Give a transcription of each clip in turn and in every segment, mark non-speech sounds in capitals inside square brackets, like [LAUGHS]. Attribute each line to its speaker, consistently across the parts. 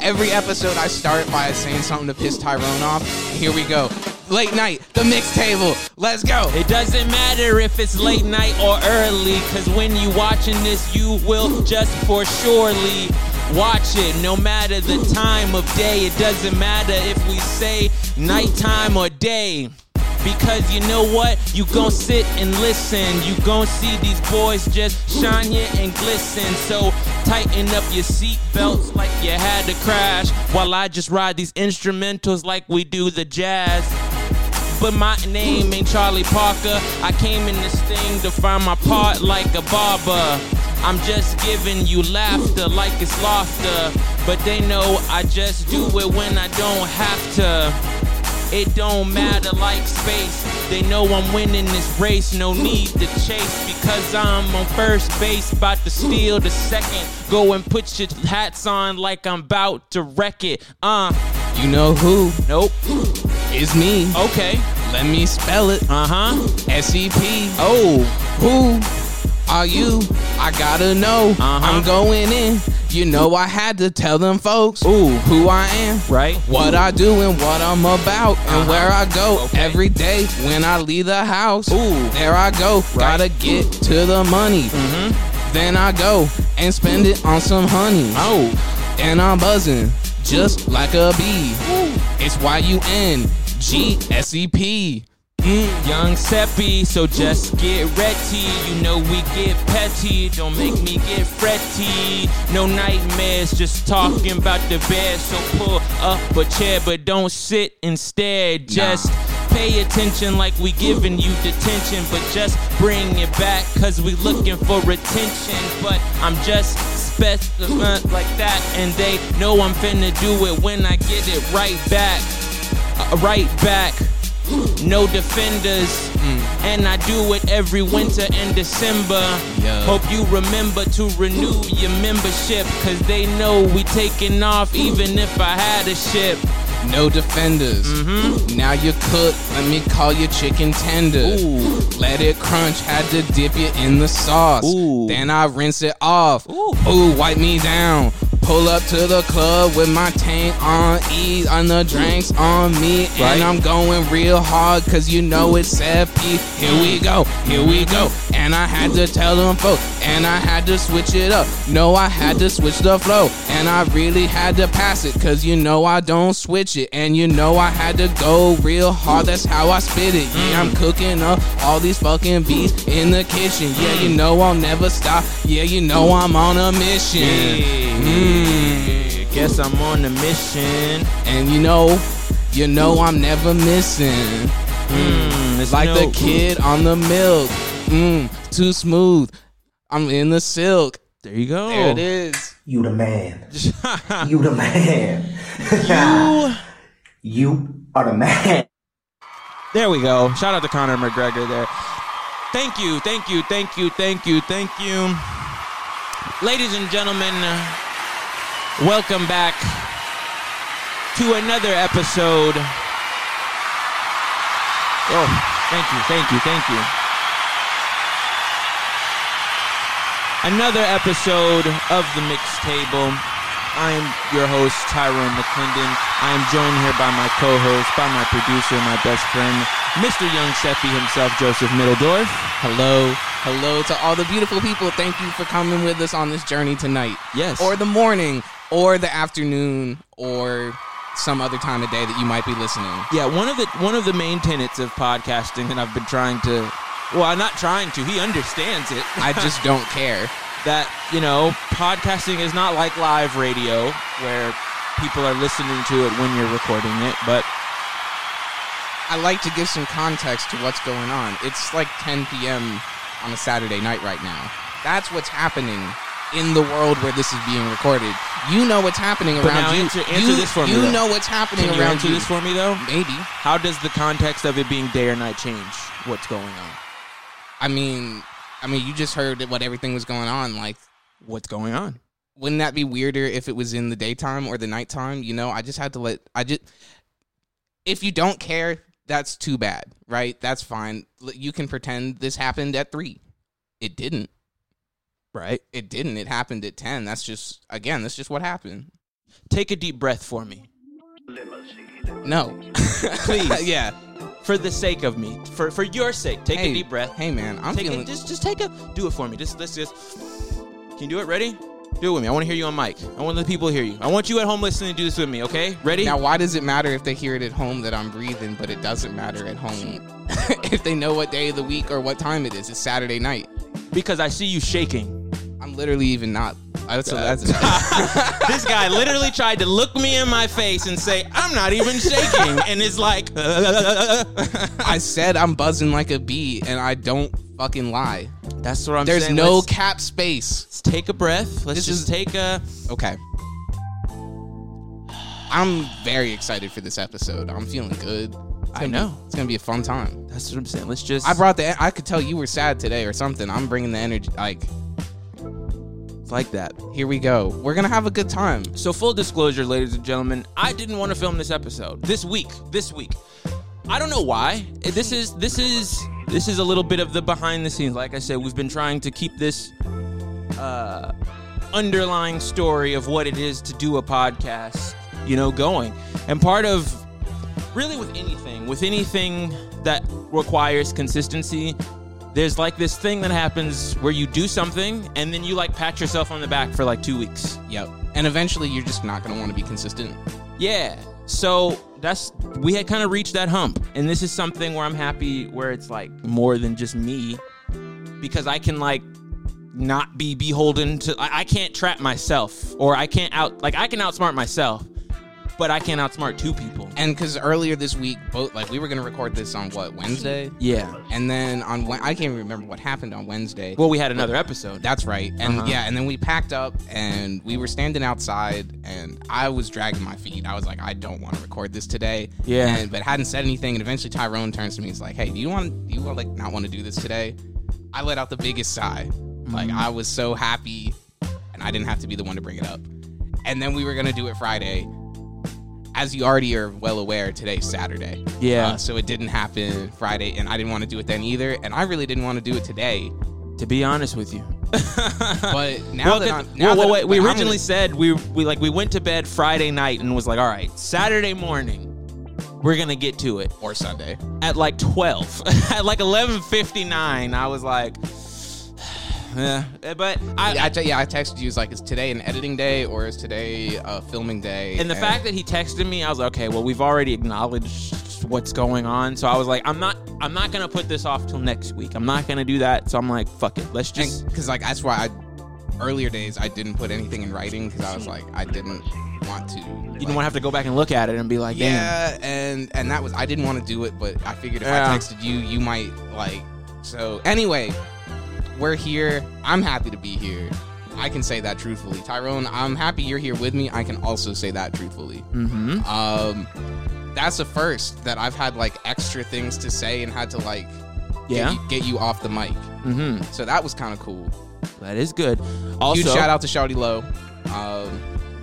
Speaker 1: Every episode, I start by saying something to piss Tyrone off. And here we go. Late night, the mix table. Let's go.
Speaker 2: It doesn't matter if it's late night or early, cause when you watching this, you will just for surely watch it. No matter the time of day, it doesn't matter if we say nighttime or day. Because you know what? You gon' sit and listen. You gon' see these boys just shine here and glisten. So tighten up your seatbelts like you had to crash. While I just ride these instrumentals like we do the jazz. But my name ain't Charlie Parker. I came in this thing to find my part like a barber. I'm just giving you laughter like it's laughter. But they know I just do it when I don't have to. It don't matter like space. They know I'm winning this race. No need to chase because I'm on first base, about to steal the second. Go and put your hats on like I'm about to wreck it. Uh,
Speaker 1: You know who
Speaker 2: nope.
Speaker 1: is me.
Speaker 2: Okay.
Speaker 1: Let me spell it.
Speaker 2: Uh huh.
Speaker 1: S-E-P.
Speaker 2: Oh,
Speaker 1: Who are you? I gotta know.
Speaker 2: Uh-huh.
Speaker 1: I'm going in. You know I had to tell them folks
Speaker 2: Ooh.
Speaker 1: who I am.
Speaker 2: right.
Speaker 1: What I do and what I'm about and
Speaker 2: Uh-huh.
Speaker 1: where I go
Speaker 2: Okay.
Speaker 1: every day when I leave the house.
Speaker 2: Ooh.
Speaker 1: There I go.
Speaker 2: Right. Mm-hmm.
Speaker 1: Gotta get to the money. Then I go and spend it on some honey.
Speaker 2: Oh,
Speaker 1: And I'm buzzing just like a bee. It's Y U N G S E P.
Speaker 2: Mm, young Seppi, so just get ready. You know we get petty, don't make me get fretty. No nightmares, just talking about the bed. So pull up a chair, but don't sit instead. Just pay attention like we giving you detention, but just bring it back, cause we looking for attention. But I'm just special uh, like that, and they know I'm finna do it when I get it right back uh, right back. No defenders, and I do it every winter in December.
Speaker 1: Yeah.
Speaker 2: Hope you remember to renew your membership, cause they know we taking off even if I had a ship.
Speaker 1: No defenders.
Speaker 2: Mm-hmm.
Speaker 1: Now you're cooked. Let me call you chicken tender.
Speaker 2: Ooh.
Speaker 1: Let it crunch. Had to dip you in the sauce.
Speaker 2: Ooh.
Speaker 1: Then I rinse it off.
Speaker 2: Ooh.
Speaker 1: wipe me down. Pull up to the club with my tank on E, on the drinks on me.
Speaker 2: Right.
Speaker 1: And I'm going real hard, cause you know it's FP. Here we go, here we go. And I had to tell them folks, and I had to switch it up. No, I had to switch the flow. And I really had to pass it, cause you know I don't switch it. And you know I had to go real hard, that's how I spit it. Yeah, I'm cooking up all these fucking beats in the kitchen. Yeah, you know I'll never stop. Yeah, you know I'm on a mission.
Speaker 2: Yeah. Mm. Guess I'm on a mission.
Speaker 1: And you know, you know I'm never missing.
Speaker 2: Mm, it's
Speaker 1: Like
Speaker 2: no-
Speaker 1: the kid on the milk. Mmm, too smooth. I'm in the silk.
Speaker 2: There you go.
Speaker 1: There it is.
Speaker 3: You
Speaker 4: [LAUGHS]
Speaker 3: the man. you the man. [LAUGHS] you are the man.
Speaker 2: There we go. Shout out to Conor McGregor there. Thank you, thank you, thank you, thank you, thank you. Ladies and gentlemen, uh, welcome back to another episode. Oh, thank you, thank you, thank you. Another episode of the Mixtable. I am your host, Tyrone McClendon. I am joined here by my co-host, by my producer, my best friend, Mr. Young Seffy himself, Joseph Middledorf.
Speaker 1: Hello. Hello to all the beautiful people. Thank you for coming with us on this journey tonight.
Speaker 2: Yes.
Speaker 1: Or the morning, or the afternoon, or some other time of day that you might be listening.
Speaker 2: Yeah, one of the one of the main tenets of podcasting that I've been trying to well, I'm not trying to. He understands it.
Speaker 1: I [LAUGHS]
Speaker 2: [LAUGHS]
Speaker 1: just don't care.
Speaker 2: that, you know, podcasting is not like live radio where people are listening to it when you're recording it, but
Speaker 1: I like to give some context to what's going on. It's like 10 p.m. on a Saturday night right now. That's what's happening in the world where this is being recorded. You know what's happening
Speaker 2: But
Speaker 1: around
Speaker 2: now
Speaker 1: you.
Speaker 2: answer- answer
Speaker 1: you,
Speaker 2: this for me,
Speaker 1: You
Speaker 2: though.
Speaker 1: know what's happening
Speaker 2: can you
Speaker 1: around
Speaker 2: answer this for me though?
Speaker 1: Maybe.
Speaker 2: How does the context of it being day or night change what's going on?
Speaker 1: I mean, I mean, you just heard what everything was going on. Like,
Speaker 2: What's going on?
Speaker 1: wouldn't that be weirder if it was in the daytime or the nighttime? You know, I just had to let. I just if you don't care, that's too bad, right? That's fine. L- You can pretend this happened at three. It didn't. right? It didn't. It happened at 10. That's just, again, that's just what happened.
Speaker 2: Take a deep breath for me.
Speaker 1: No. [LAUGHS]
Speaker 2: Please.
Speaker 1: yeah.
Speaker 2: For the sake of me. For for your sake. Take
Speaker 1: hey,
Speaker 2: a deep breath.
Speaker 1: Hey, man, I'm
Speaker 2: take
Speaker 1: feeling.
Speaker 2: a, just just take a do it for me. Just let's just Can you do it? Ready? Do it with me. I want to hear you on mic. I want the people to hear you. I want you at home listening to do this with me, okay? Ready?
Speaker 1: now, why does it matter if they hear it at home that I'm breathing, but it doesn't matter at home [LAUGHS] if they know what day of the week or what time it is? It's Saturday night.
Speaker 2: because I see you shaking.
Speaker 1: I'm literally even not. That's,
Speaker 2: [LAUGHS]
Speaker 1: that's
Speaker 2: This guy literally tried to look me in my face and say, "I'm not even shaking." and it's like [LAUGHS]
Speaker 1: I said I'm buzzing like a bee, and I don't fucking lie.
Speaker 2: That's what I'm
Speaker 1: There's
Speaker 2: saying.
Speaker 1: no
Speaker 2: Let's-
Speaker 1: cap space.
Speaker 2: Let's take a breath. Let's
Speaker 1: This
Speaker 2: just
Speaker 1: is-
Speaker 2: take a.
Speaker 1: Okay. I'm very excited for this episode. I'm feeling good. It's
Speaker 2: I
Speaker 1: gonna be-
Speaker 2: know.
Speaker 1: it's gonna be a fun time.
Speaker 2: That's what I'm saying. Let's just.
Speaker 1: I brought the. I could tell you were sad today or something. I'm bringing the energy. Like,
Speaker 2: It's like that.
Speaker 1: here we go. We're gonna have a good time.
Speaker 2: So full disclosure, ladies and gentlemen, I didn't want to film this episode this week. This week, I don't know why. Eh, This is this is this is a little bit of the behind the scenes. Like I said, we've been trying to keep this uh, underlying story of what it is to do a podcast, you know, going. And part of really with anything, with anything that requires consistency, there's like this thing that happens where you do something and then you like pat yourself on the back for like two weeks.
Speaker 1: Yep. And eventually, you're just not gonna want to be consistent.
Speaker 2: Yeah. So that's we had kind of reached that hump, and this is something where I'm happy where it's like more than just me, because I can like not be beholden to. I, I can't trap myself, or I can't out like I can outsmart myself, but I can't outsmart two people.
Speaker 1: And because earlier this week, both like we were gonna record this on what Wednesday,
Speaker 2: Yeah.
Speaker 1: and then on Wed- I can't even remember what happened on Wednesday.
Speaker 2: Well, we had another episode.
Speaker 1: That's right. And
Speaker 2: Uh-huh.
Speaker 1: yeah, and then we packed up and we were standing outside and I was dragging my feet. I was like, I don't want to record this today.
Speaker 2: Yeah.
Speaker 1: And, but hadn't said anything and eventually Tyrone turns to me and he's like, Hey, do you want do you want like not want to do this today? I let out the biggest sigh. Like
Speaker 2: Mm-hmm.
Speaker 1: I was so happy and I didn't have to be the one to bring it up. And then we were gonna do it Friday. As you already are well aware, today's Saturday.
Speaker 2: Yeah.
Speaker 1: Uh, so it didn't happen Friday, and I didn't want to do it then either. And I really didn't want to do it today
Speaker 2: to be honest with you.
Speaker 1: but [LAUGHS] now
Speaker 2: Well,
Speaker 1: that
Speaker 2: 'cause-
Speaker 1: I'm now that-
Speaker 2: well, well, wait. We
Speaker 1: but I'm
Speaker 2: originally said we we like we went to bed Friday night and was like, all right, Saturday morning, we're gonna get to it.
Speaker 1: gonna- or Sunday.
Speaker 2: at like 12 [LAUGHS] at like 11.59 i was like [SIGHS] yeah Eh, but i,
Speaker 1: Yeah, I, te- yeah, I texted you. It's like, is today an editing day or is today a filming day?
Speaker 2: and the fact that he texted me i was like okay well we've already acknowledged what's going on so i was like i'm not i'm not gonna put this off till next week i'm not gonna do that so i'm like fuck it let's just
Speaker 1: because like that's why I earlier days I didn't put anything in writing because I was like I didn't want to.
Speaker 2: you didn't want to have to go back and look at it and be like damn
Speaker 1: Yeah, and and that was I didn't want to do it, but I figured if
Speaker 2: Yeah.
Speaker 1: I texted you, you might like. So anyway, we're here. I'm happy to be here. I can say that truthfully, Tyrone. I'm happy you're here with me. I can also say that truthfully.
Speaker 2: mm-hmm
Speaker 1: Um, that's a first that I've had like extra things to say and had to like
Speaker 2: Yeah.
Speaker 1: get, you, get you off the mic.
Speaker 2: mm-hmm
Speaker 1: So that was kind of cool.
Speaker 2: that is good also
Speaker 1: Huge shout out to Shawty Low. Um,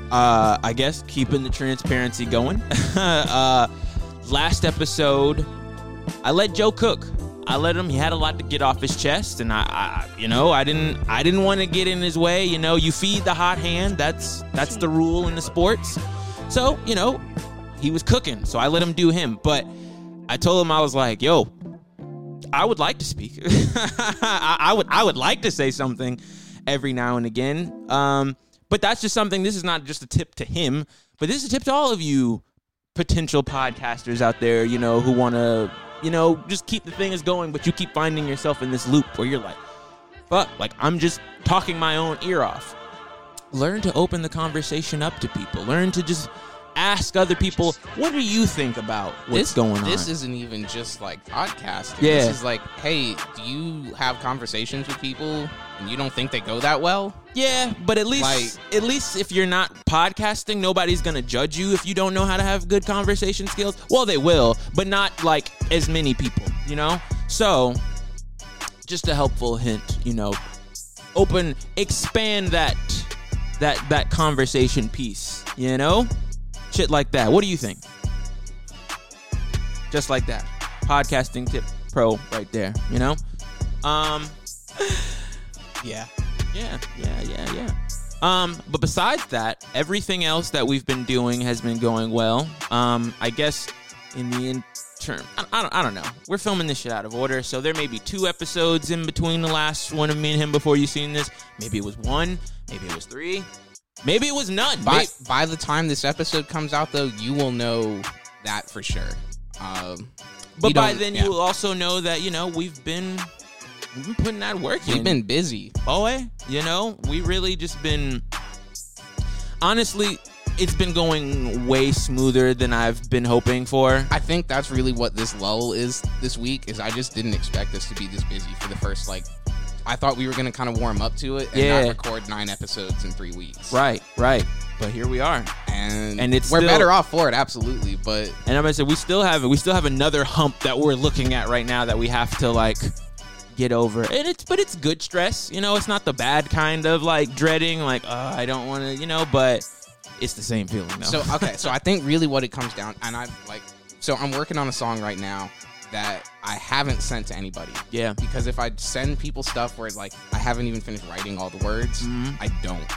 Speaker 2: uh, I guess keeping the transparency going. [LAUGHS] uh, last episode, I let Joe cook. I let him. He had a lot to get off his chest, and I, I you know, I didn't, I didn't want to get in his way. You know, you feed the hot hand. That's that's the rule in the sports. So you know, he was cooking, so I let him do him. But I told him I was like, yo, I would like to speak. [LAUGHS] I, I would I would like to say something every now and again. Um, but that's just something. This is not just a tip to him, but this is a tip to all of you potential podcasters out there. You know who want to you know just keep the thing is going, but you keep finding yourself in this loop where you're like, fuck, like I'm just talking my own ear off. Learn to open the conversation up to people. Learn to just ask other people, what do you think about
Speaker 1: this,
Speaker 2: what's going on?
Speaker 1: This isn't even just like podcasting.
Speaker 2: Yeah.
Speaker 1: This is like, hey, do you have conversations with people and you don't think they go that well?
Speaker 2: Yeah, but at least
Speaker 1: Like-
Speaker 2: at least if you're not podcasting, nobody's gonna judge you if you don't know how to have good conversation skills. Well, they will, but not like as many people, you know. So, just a helpful hint, you know. Open, expand that that that conversation piece, you know, shit like that. What do you think? Just like that, podcasting tip pro right there, you know. Um.
Speaker 1: Yeah.
Speaker 2: Yeah, yeah, yeah, yeah. Um, but besides that, everything else that we've been doing has been going well. Um, I guess in the interim, I, I, don't, I don't know. We're filming this shit out of order, so there may be two episodes in between the last one of me and him before you seen this. Maybe it was one, maybe it was three, maybe it was none.
Speaker 1: By
Speaker 2: May-
Speaker 1: by the time this episode comes out, though, you will know that for sure. Um, we
Speaker 2: but by
Speaker 1: don't-
Speaker 2: then
Speaker 1: yeah.
Speaker 2: you'll also know that you know we've been we've been putting that work in.
Speaker 1: we've been busy.
Speaker 2: boy. You know, we really just been. Honestly, it's been going way smoother than I've been hoping for.
Speaker 1: I think that's really what this lull is this week. Is I just didn't expect us to be this busy for the first like. I thought we were gonna kind of warm up to it and
Speaker 2: Yeah.
Speaker 1: not record nine episodes in three weeks.
Speaker 2: Right, right. But here we are,
Speaker 1: and
Speaker 2: And it's
Speaker 1: we're
Speaker 2: still-
Speaker 1: better off for it, absolutely. But
Speaker 2: and I'm gonna say we still have we still have another hump that we're looking at right now that we have to like get over. And it's but it's good stress. You know, it's not the bad kind of like dreading like oh I don't want to you know, but it's the same feeling though.
Speaker 1: so okay, so I think really what it comes down, and I like, so I'm working on a song right now that I haven't sent to anybody.
Speaker 2: yeah,
Speaker 1: Because if I send people stuff where like I haven't even finished writing all the words,
Speaker 2: Mhm.
Speaker 1: I don't.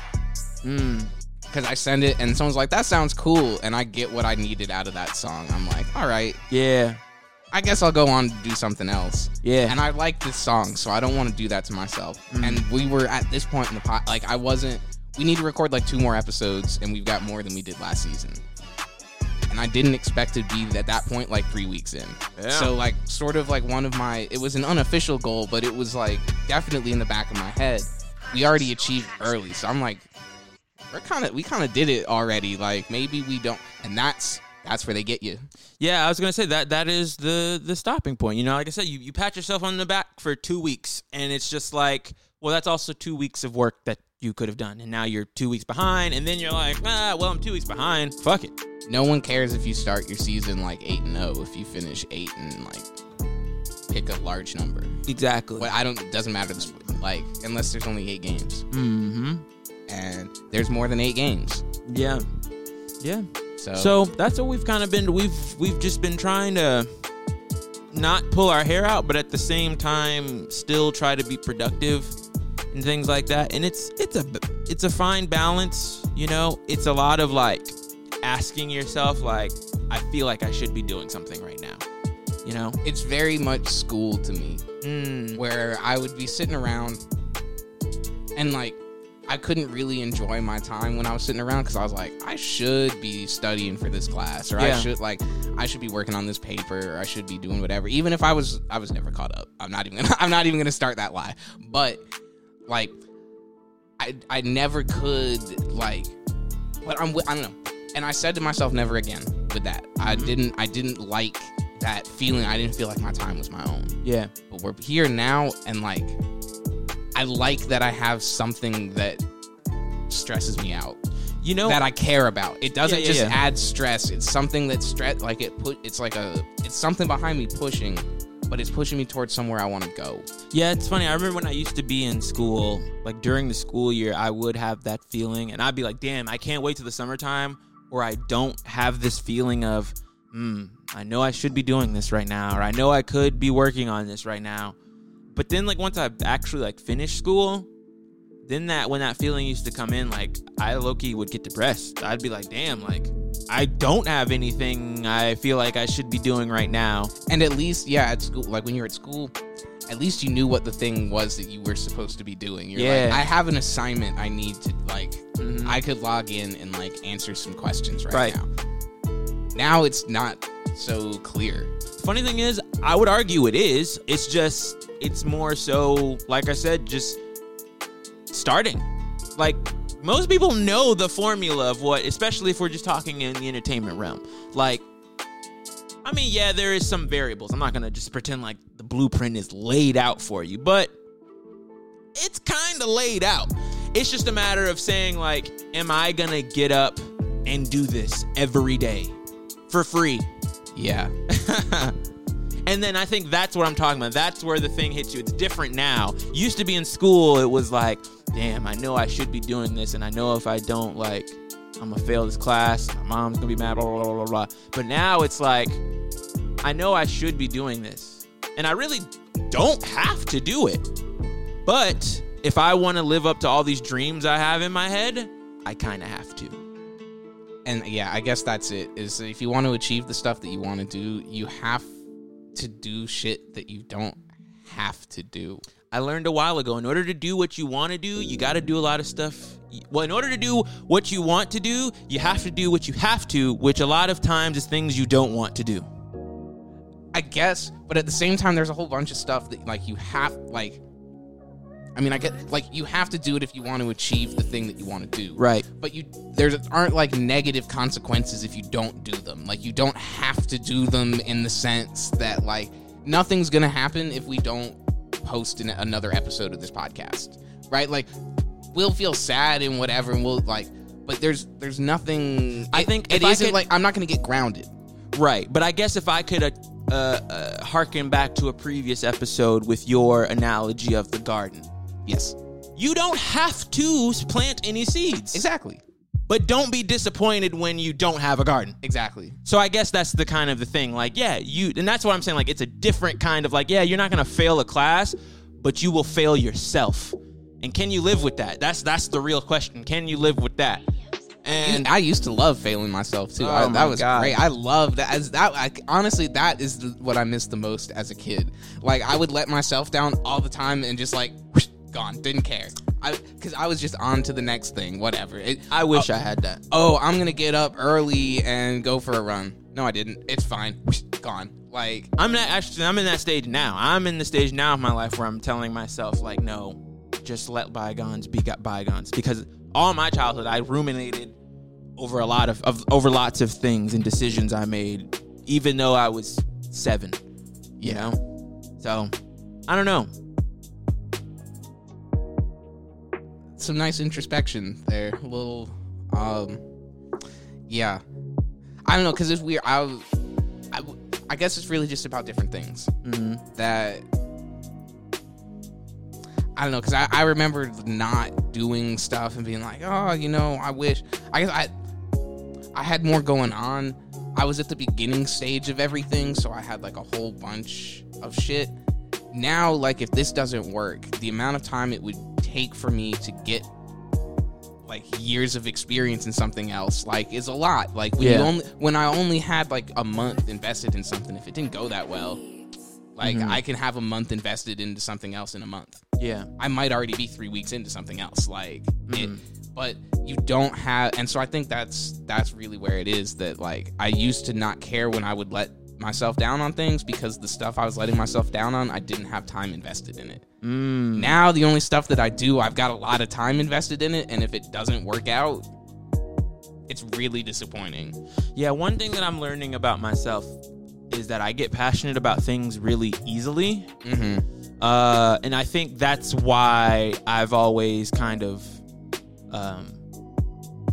Speaker 2: mm,
Speaker 1: Because I send it and someone's like, "That sounds cool," and I get what I needed out of that song. I'm like, "All right,
Speaker 2: yeah,
Speaker 1: I guess I'll go on to do something else."
Speaker 2: yeah.
Speaker 1: and I like this song, so I don't want to do that to myself.
Speaker 2: Mm.
Speaker 1: And we were at this point in the pot, like I wasn't. We need to record like two more episodes, and we've got more than we did last season. And I didn't expect to be at that point like three weeks in.
Speaker 2: Yeah.
Speaker 1: So like, sort of like one of my, it was an unofficial goal, but it was like definitely in the back of my head. We already achieved early, so I'm like, we're kind of, we kind of did it already. Like maybe we don't, and that's that's where they get you.
Speaker 2: Yeah, I was gonna say that that is the the stopping point. You know, like I said, you, you pat yourself on the back for two weeks, and it's just like, well, that's also two weeks of work that you could have done, and now you're two weeks behind, and then you're like, ah, well, I'm two weeks behind. Fuck it.
Speaker 1: No one cares if you start your season like 8 and 0 if you finish 8 and like pick a large number.
Speaker 2: Exactly.
Speaker 1: But I don't it doesn't matter this like unless there's only 8 games
Speaker 2: Mm-hmm.
Speaker 1: and there's more than 8 games.
Speaker 2: Yeah. Yeah.
Speaker 1: So,
Speaker 2: So that's what we've kind of been. We've we've just been trying to not pull our hair out, but at the same time, still try to be productive and things like that. And it's it's a it's a fine balance, you know. It's a lot of like asking yourself, like, I feel like I should be doing something right now, you know.
Speaker 1: it's very much school to me
Speaker 2: Mm,
Speaker 1: where I would be sitting around and like I couldn't really enjoy my time when I was sitting around because I was like, I should be studying for this class, or
Speaker 2: Yeah.
Speaker 1: I should like, I should be working on this paper, or I should be doing whatever. Even if I was, I was never caught up. I'm not even, gonna, [LAUGHS] I'm not even gonna start that lie. But like, I, I never could like, but I'm, wi- I don't know. And I said to myself, never again with that. I didn't, I didn't like that feeling. I didn't feel like my time was my own
Speaker 2: yeah.
Speaker 1: but we're here now and like i like that i have something that stresses me out
Speaker 2: You know.
Speaker 1: that i care about it doesn't
Speaker 2: Yeah, yeah,
Speaker 1: just
Speaker 2: yeah.
Speaker 1: add stress it's something that stress like it put it's like a it's something behind me pushing but it's pushing me towards somewhere i want to go
Speaker 2: Yeah, it's funny. I remember when I used to be in school, like during the school year, I would have that feeling and I'd be like, damn, I can't wait till the summertime or I don't have this feeling of, hmm, I know I should be doing this right now or I know I could be working on this right now. But then like once I actually like finished school, then that when that feeling used to come in, like I Loki would get depressed. I'd be like, damn, like I don't have anything I feel like I should be doing right now.
Speaker 1: and at least yeah at school like when you're at school at least you knew what the thing was that you were supposed to be doing you're
Speaker 2: Yeah.
Speaker 1: like i have an assignment i need to like
Speaker 2: Mhm.
Speaker 1: i could log in and like answer some questions Mm-hmm. right,
Speaker 2: Right.
Speaker 1: now now it's not so clear
Speaker 2: Funny thing is, I would argue it is. It's just, it's more so, like I said, just starting. Like, most people know the formula of what, especially if we're just talking in the entertainment realm. Like, I mean, yeah, there is some variables. I'm not going to just pretend like the blueprint is laid out for you, but it's kind of laid out. It's just a matter of saying, like, am I going to get up and do this every day for free?
Speaker 1: yeah
Speaker 2: and then I think that's what I'm talking about. That's where the thing hits you. It's different now. Used to be in school, it was like, damn, I know I should be doing this, and I know if I don't, like, I'm gonna fail this class. My mom's gonna be mad. Blah blah blah blah blah. But now it's like, I know I should be doing this, and I really don't have to do it, but if I want to live up to all these dreams I have in my head, I kind of have to.
Speaker 1: and yeah, I guess that's it. Is if you want to achieve the stuff that you want to do, you have to do shit that you don't have to do.
Speaker 2: I learned a while ago in order to do what you want to do, you got to do a lot of stuff. Well, in order to do what you want to do, you have to do what you have to, which a lot of times is things you don't want to do.
Speaker 1: I guess, but at the same time, there's a whole bunch of stuff that like you have like. I mean, I get like you have to do it if you want to achieve the thing that you want to do,
Speaker 2: Right.
Speaker 1: But you there aren't like negative consequences if you don't do them. Like you don't have to do them in the sense that like nothing's gonna happen if we don't post an, another episode of this podcast, right? Like we'll feel sad and whatever, and we'll like, but there's there's nothing.
Speaker 2: I
Speaker 1: it-
Speaker 2: think
Speaker 1: it
Speaker 2: if I
Speaker 1: isn't
Speaker 2: could-
Speaker 1: like I'm not gonna get grounded.
Speaker 2: Right. But I guess if I could uh, uh, uh, harken back to a previous episode with your analogy of the garden,
Speaker 1: Yes,
Speaker 2: you don't have to plant any seeds.
Speaker 1: exactly,
Speaker 2: But don't be disappointed when you don't have a garden.
Speaker 1: exactly.
Speaker 2: So I guess that's the kind of the thing. Like, yeah, you, and that's what I'm saying. Like, it's a different kind of like, yeah, you're not gonna fail a class, but you will fail yourself. And can you live with that? That's that's the real question. Can you live with that?
Speaker 1: And
Speaker 2: And
Speaker 1: I used to love failing myself too.
Speaker 2: Oh
Speaker 1: I,
Speaker 2: my
Speaker 1: that was
Speaker 2: God.
Speaker 1: great. I loved that. As that, I, honestly, that is the, what I missed the most as a kid. Like I would let myself down all the time and just like gone, didn't care. I because I was just on to the next thing, whatever. It,
Speaker 2: I wish I had that.
Speaker 1: oh, I'm gonna get up early and go for a run. No, I didn't. It's fine. Gone. Like
Speaker 2: I'm not actually. I'm in that stage now. I'm in the stage now of my life where I'm telling myself like, no, just let bygones be got bygones. Because all my childhood, I ruminated over a lot of, of over lots of things and decisions I made, even though I was seven. You know, so I don't know.
Speaker 1: some nice introspection there. A little, um, yeah. I don't know because it's weird. I, w- I, w- I guess it's really just about different things
Speaker 2: Mm-hmm.
Speaker 1: that. I don't know because I, I remember not doing stuff and being like, oh, you know, I wish. I guess I, I had more going on. I was at the beginning stage of everything, so I had like a whole bunch of shit. Now, like, if this doesn't work, the amount of time it would take for me to get like years of experience in something else, like, is a lot. Like, when you
Speaker 2: Yeah.
Speaker 1: only when I only had like a month invested in something, if it didn't go that well, like, I can have a month invested into something else in a month.
Speaker 2: Yeah.
Speaker 1: I might already be three weeks into something else. Like, it, but you don't have, and so I think that's that's really where it is that like I used to not care when I would let myself down on things because the stuff I was letting myself down on, I didn't have time invested in it.
Speaker 2: Mm.
Speaker 1: Now the only stuff that I do, I've got a lot of time invested in it, and if it doesn't work out, it's really disappointing.
Speaker 2: Yeah, one thing that I'm learning about myself is that I get passionate about things really easily.
Speaker 1: Mm-hmm.
Speaker 2: Uh, and I think that's why I've always kind of um,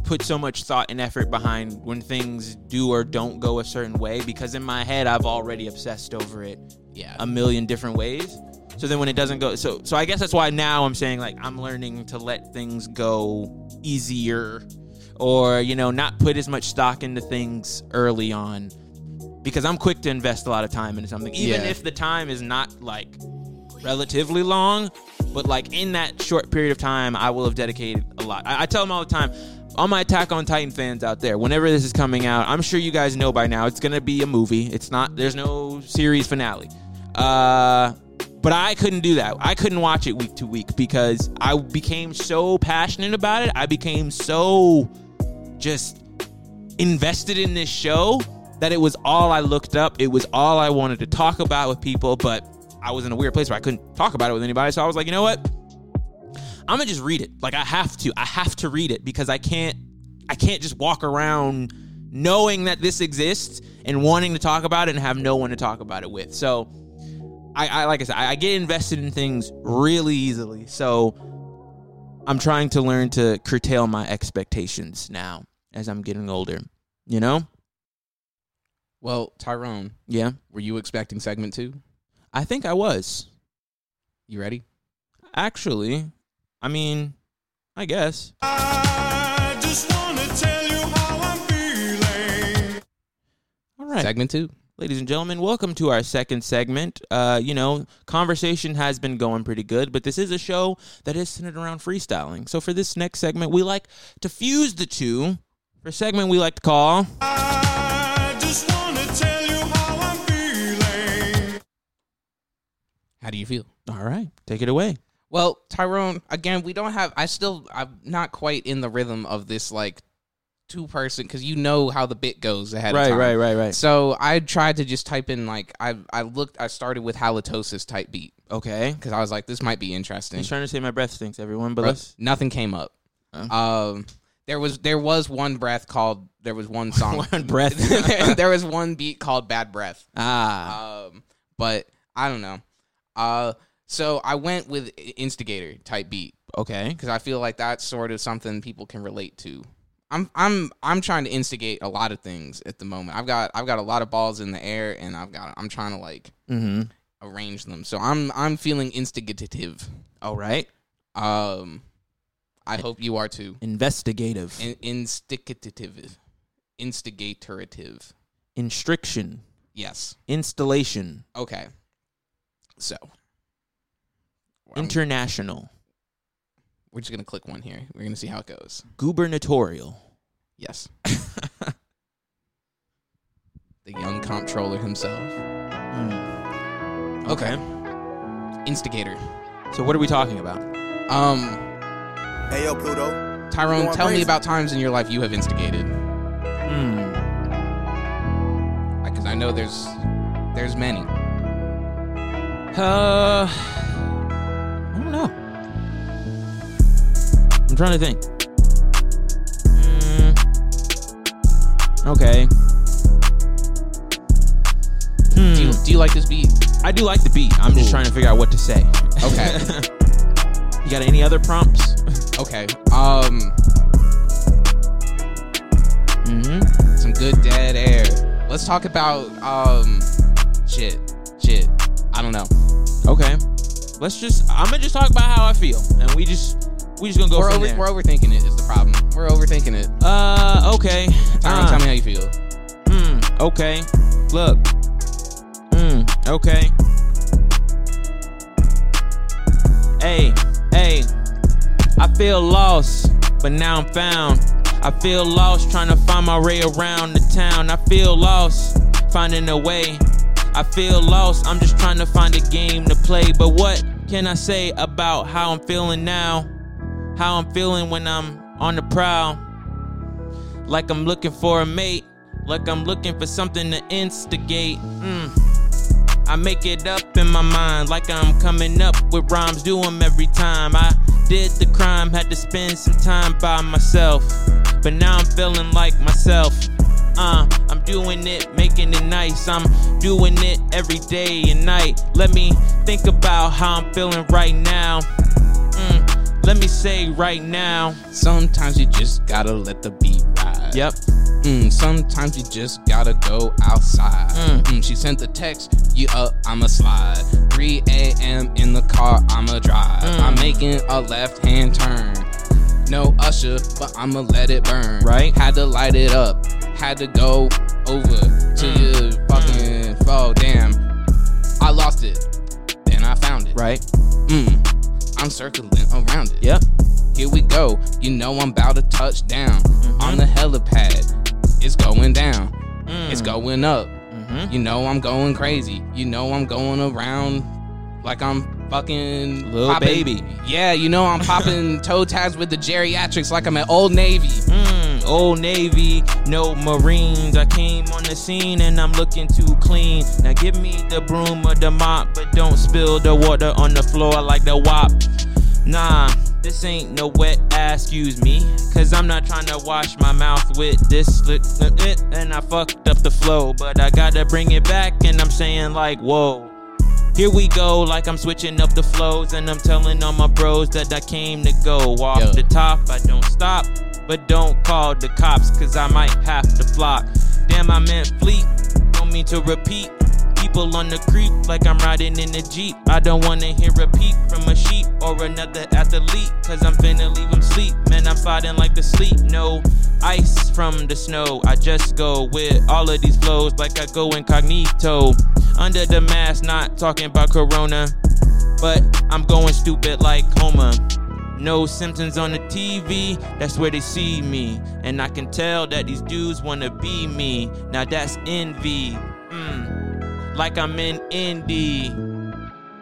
Speaker 2: put so much thought and effort behind when things do or don't go a certain way because in my head I've already obsessed over it
Speaker 1: Yeah.
Speaker 2: a million different ways. So then when it doesn't go, so so I guess that's why now I'm saying like I'm learning to let things go easier, or you know not put as much stock into things early on, because I'm quick to invest a lot of time into something, even
Speaker 1: Yeah.
Speaker 2: if the time is not like relatively long, but like in that short period of time, I will have dedicated a lot. I, I tell them all the time, all my Attack on Titan fans out there, whenever this is coming out, I'm sure you guys know by now it's gonna be a movie. It's not. There's no series finale. Uh, but I couldn't do that. I couldn't watch it week to week because I became so passionate about it. I became so just invested in this show that it was all I looked up. It was all I wanted to talk about with people, but I was in a weird place where I couldn't talk about it with anybody. So I was like, you know what? I'm gonna just read it. Like I have to. I have to read it because I can't. I can't just walk around knowing that this exists and wanting to talk about it and have no one to talk about it with. So I, I like I said, I, I get invested in things really easily. So I'm trying to learn to curtail my expectations now as I'm getting older. You know?
Speaker 1: Well, Tyrone,
Speaker 2: Yeah.
Speaker 1: were you expecting segment two?
Speaker 2: I think I was.
Speaker 1: You ready?
Speaker 2: Actually, I mean, I guess.
Speaker 5: I just wanna tell you how I'm feeling.
Speaker 2: All right.
Speaker 1: Segment two.
Speaker 2: Ladies and gentlemen, welcome to our second segment. Uh, you know, conversation has been going pretty good, but this is a show that is centered around freestyling. So for this next segment, we like to fuse the two. For a segment we like to call
Speaker 5: I just wanna tell you how I'm feeling.
Speaker 1: How do you feel?
Speaker 2: All right, take it away.
Speaker 1: Well, Tyrone, again, we don't have. I still, I'm not quite in the rhythm of this like two person because you know how the bit goes ahead of time.
Speaker 2: right,
Speaker 1: So I tried to just type in like I I looked. I started with halitosis type beat
Speaker 2: Okay.
Speaker 1: because I was like, this might be interesting.
Speaker 2: I'm trying to say my breath stinks, everyone, but
Speaker 1: Bro,
Speaker 2: let's [LAUGHS]
Speaker 1: nothing came up. Um, there was there was one breath called. There was one song.
Speaker 2: [LAUGHS] one breath.
Speaker 1: [LAUGHS] there was one beat called "Bad Breath."
Speaker 2: [LAUGHS] ah.
Speaker 1: Um, but I don't know. Uh, so I went with instigator type beat
Speaker 2: Okay.
Speaker 1: because I feel like that's sort of something people can relate to. I'm I'm I'm trying to instigate a lot of things at the moment. I've got I've got a lot of balls in the air, and I've got I'm trying to like
Speaker 2: Mm-hmm.
Speaker 1: arrange them. So I'm I'm feeling instigative.
Speaker 2: All right.
Speaker 1: Um, I hope you are too.
Speaker 2: Investigative.
Speaker 1: In- instigative, instigative.
Speaker 2: Instriction.
Speaker 1: Yes.
Speaker 2: Installation.
Speaker 1: Okay. So I'm-
Speaker 2: International.
Speaker 1: we're just gonna click one here. We're gonna see how it goes.
Speaker 2: Gubernatorial.
Speaker 1: [LAUGHS] Yes. the young comptroller himself.
Speaker 2: Okay.
Speaker 1: Instigator.
Speaker 2: So what are we talking about?
Speaker 1: Um,
Speaker 4: Hey yo, Pluto. You
Speaker 1: Tyrone,
Speaker 4: want
Speaker 1: tell me
Speaker 4: praise?
Speaker 1: about times in your life you have instigated.
Speaker 2: Hmm.
Speaker 1: Because I know there's there's many.
Speaker 2: Uh, I don't know. I'm trying to think. Mm, okay.
Speaker 1: Do you, do you like this beat?
Speaker 2: Hmm. I do like the beat. I'm just trying to figure out what to say.
Speaker 1: Okay.
Speaker 2: [LAUGHS] You got any other prompts?
Speaker 1: okay. Um,
Speaker 2: Mm-hmm.
Speaker 1: some good dead air. Let's talk about um, shit, shit. I don't know.
Speaker 2: Okay. Let's just. I'm gonna just talk about how I feel, and we just we just gonna go
Speaker 1: we're
Speaker 2: from
Speaker 1: over,
Speaker 2: there.
Speaker 1: we're overthinking it. Is the problem? We're overthinking it.
Speaker 2: Uh, okay.
Speaker 1: Tyrone,
Speaker 2: Uh,
Speaker 1: tell me how you feel.
Speaker 2: Mm, okay. Look. Mm, okay. Hey, hey. I feel lost, but now I'm found. I feel lost trying to find my way around the town. I feel lost finding a way. I feel lost, I'm just trying to find a game to play. But what can I say about how I'm feeling now? How I'm feeling when I'm on the prowl? like I'm looking for a mate, like I'm looking for something to instigate. Mm. I make it up in my mind, like I'm coming up with rhymes, do 'em every time. I did the crime, had to spend some time by myself, but now I'm feeling like myself. Uh, I'm doing it, making it nice. I'm doing it every day and night. Let me think about how I'm feeling right now. Mm, let me say right now.
Speaker 1: Sometimes you just gotta let the beat ride.
Speaker 2: Yep.
Speaker 1: Mm, sometimes you just gotta go outside.
Speaker 2: Mm.
Speaker 1: Mm, she sent the text, you up, I'ma slide. 3 a.m. in the car, I'ma drive.
Speaker 2: Mm.
Speaker 1: I'm making a left hand turn. No usher, but I'ma let it burn.
Speaker 2: Right.
Speaker 1: Had to light it up, had to go over to
Speaker 2: Mm.
Speaker 1: your fucking fall. Damn, I lost it, then I found it.
Speaker 2: Right.
Speaker 1: Mm, I'm circling around it.
Speaker 2: Yep.
Speaker 1: Here we go. You know I'm about to touch down
Speaker 2: Mm-hmm.
Speaker 1: on the helipad. It's going down.
Speaker 2: Mm.
Speaker 1: It's going up.
Speaker 2: Mm-hmm.
Speaker 1: You know I'm going crazy. You know I'm going around like I'm fucking
Speaker 2: Lil
Speaker 1: popping-
Speaker 2: Baby.
Speaker 1: Yeah, you know I'm
Speaker 2: [LAUGHS]
Speaker 1: popping toe tags with the geriatrics like I'm at Old Navy.
Speaker 2: Mm, old Navy, no Marines. I came on the scene and I'm looking too clean. Now give me the broom or the mop, but don't spill the water on the floor like the wop. Nah, this ain't no wet ass, excuse me. Cause I'm not trying to wash my mouth with this. li- li- eh, And I fucked up the flow, but I gotta bring it back and I'm saying, like, whoa. Here we go, like I'm switching up the flows, and I'm telling all my bros that I came to go. Off
Speaker 1: Yeah.
Speaker 2: the top, I don't stop, but don't call the cops, cause I might have to flop. Damn, I meant fleet, don't mean to repeat. Keep people on the creek like I'm riding in a Jeep. I don't wanna hear a peep from a sheep or another athlete, cause I'm finna leave them sleep. Man, I'm fighting like the sleep. No ice from the snow. I just go with all of these flows like I go incognito. Under the mask, not talking about Corona, but I'm going stupid like Homer. No symptoms on the TV, that's where they see me. And I can tell that these dudes wanna be me. Now that's envy. Mm. Like I'm in Indy.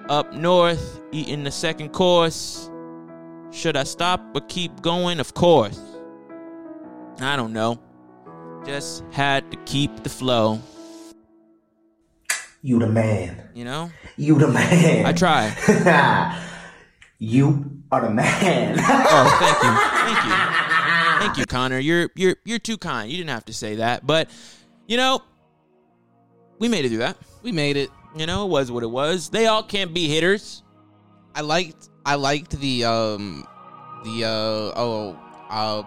Speaker 2: Up north, eating the second course. Should I stop or keep going? Of course. I don't know. Just had to keep the flow,
Speaker 3: You the man.
Speaker 2: you know?
Speaker 3: You the man. [LAUGHS]
Speaker 2: I try.
Speaker 3: you are the man. [LAUGHS]
Speaker 2: Oh, thank you, thank you, thank you, Connor. You're you're you're too kind. You didn't have to say that, but you know, we made it through that.
Speaker 1: We made it.
Speaker 2: You know, it was what it was. They all can't be hitters.
Speaker 1: I liked I liked the um the uh oh uh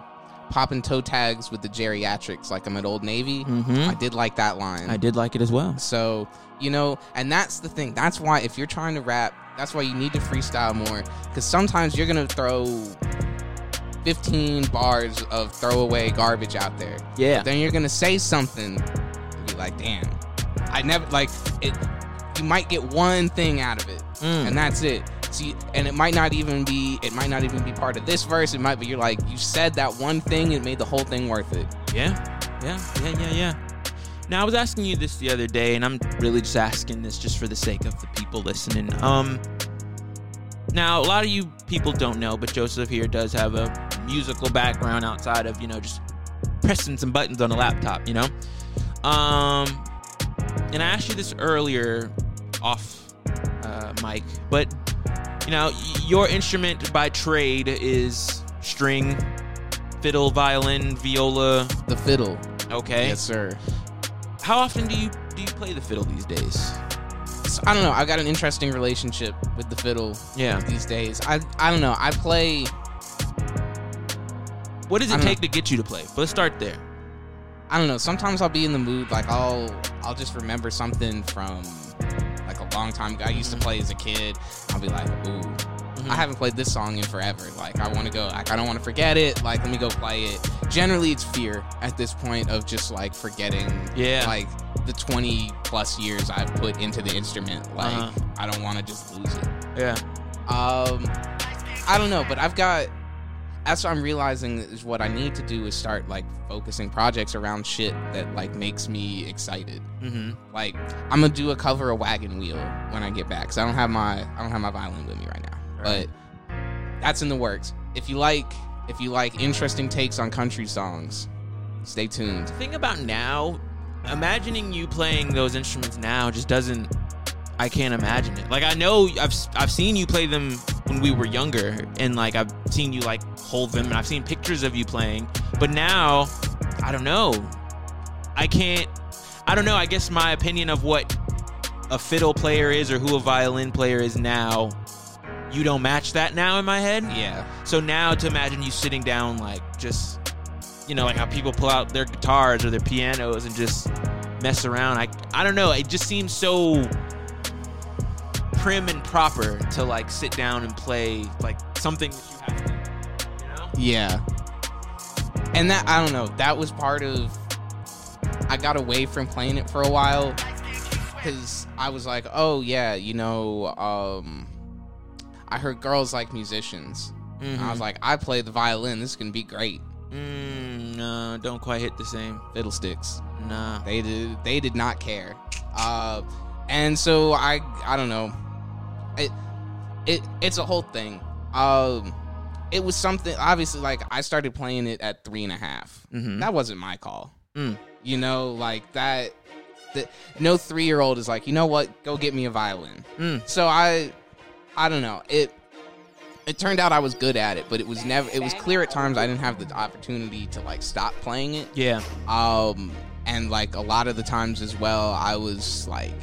Speaker 1: popping toe tags with the geriatrics like I'm at Old Navy.
Speaker 2: Mhm.
Speaker 1: I did like that line.
Speaker 2: I did like it as well.
Speaker 1: So, you know, and that's the thing. That's why if you're trying to rap, that's why you need to freestyle more cuz sometimes you're going to throw 15 bars of throwaway garbage out there.
Speaker 2: Yeah.
Speaker 1: Then you're going to say something and be like, "Damn. I never like it you might get one thing out of it
Speaker 2: Mm.
Speaker 1: and that's it see and it might not even be it might not even be part of this verse it might be you're like you said that one thing it made the whole thing worth it
Speaker 2: Yeah, yeah, yeah, yeah, yeah. Now I was asking you this the other day, and I'm really just asking this just for the sake of the people listening. Um, now a lot of you people don't know, but Joseph here does have a musical background outside of you know just pressing some buttons on a laptop, you know. Um, and I asked you this earlier off uh, mic, but you know y- your instrument by trade is string, fiddle, violin, viola,
Speaker 1: the fiddle
Speaker 2: Okay.
Speaker 1: yes sir
Speaker 2: How often do you do you play the fiddle these days?
Speaker 1: so, i don't know i've got an interesting relationship with the fiddle
Speaker 2: Yeah.
Speaker 1: these days i i don't know i play
Speaker 2: What does
Speaker 1: I
Speaker 2: it
Speaker 1: don't
Speaker 2: take to get you to play? Let's start there.
Speaker 1: i don't know sometimes i'll be in the mood like i'll i'll just remember something from like a long time ago i
Speaker 2: Mm-hmm.
Speaker 1: used to play as a kid i'll be like ooh I haven't played this song in forever. Like I want to go. Like I don't want to forget it. Like let me go play it. Generally, it's fear at this point of just like forgetting.
Speaker 2: Yeah.
Speaker 1: Like the twenty plus years I've put into the instrument. Like
Speaker 2: Uh-huh.
Speaker 1: I don't want to just lose it.
Speaker 2: Yeah.
Speaker 1: Um, I don't know, but I've got. That's what I'm realizing is what I need to do is start like focusing projects around shit that like makes me excited.
Speaker 2: Mm-hmm.
Speaker 1: Like I'm gonna do a cover of Wagon Wheel when I get back. Cause I don't have my I don't have my violin with me right now.
Speaker 2: Right.
Speaker 1: But that's in the works. If you like if you like interesting takes on country songs, stay tuned.
Speaker 2: The thing about now, imagining you playing those instruments now just doesn't. I can't imagine it. Like I know I've s- I've seen you play them when we were younger, and like I've seen you like hold them, and I've seen pictures of you playing. But now, I don't know. I can't. I don't know. I guess my opinion of what a fiddle player is or who a violin player is now, you don't match that now in my head.
Speaker 1: Yeah.
Speaker 2: So now to imagine you sitting down, like just, you know, like how people pull out their guitars or their pianos and just mess around. I, I don't know. It just seems so prim and proper to like sit down and play like something that you have to, you know?
Speaker 1: Yeah. And that I don't know, that was part of I got away from playing it for a while cuz I was like, "Oh yeah, you know, um I heard girls like musicians." And
Speaker 2: Mm-hmm.
Speaker 1: I was like, "I play the violin. This is going to be great."
Speaker 2: Mm, no, don't quite hit the same.
Speaker 1: Fiddlesticks.
Speaker 2: Nah.
Speaker 1: They did. They did not care. Uh, and so I. I don't know. It. It. It's a whole thing. Um. It was something. Obviously, like I started playing it at three and a half.
Speaker 2: Mhm.
Speaker 1: That wasn't my call.
Speaker 2: Mm.
Speaker 1: You know, like that. The, no three year old is like, you know what? Go get me a violin.
Speaker 2: Mm.
Speaker 1: So I. I don't know. It. It turned out I was good at it, but it was never. It was clear at times I didn't have the opportunity to like stop playing it
Speaker 2: Yeah.
Speaker 1: um and like a lot of the times as well i was like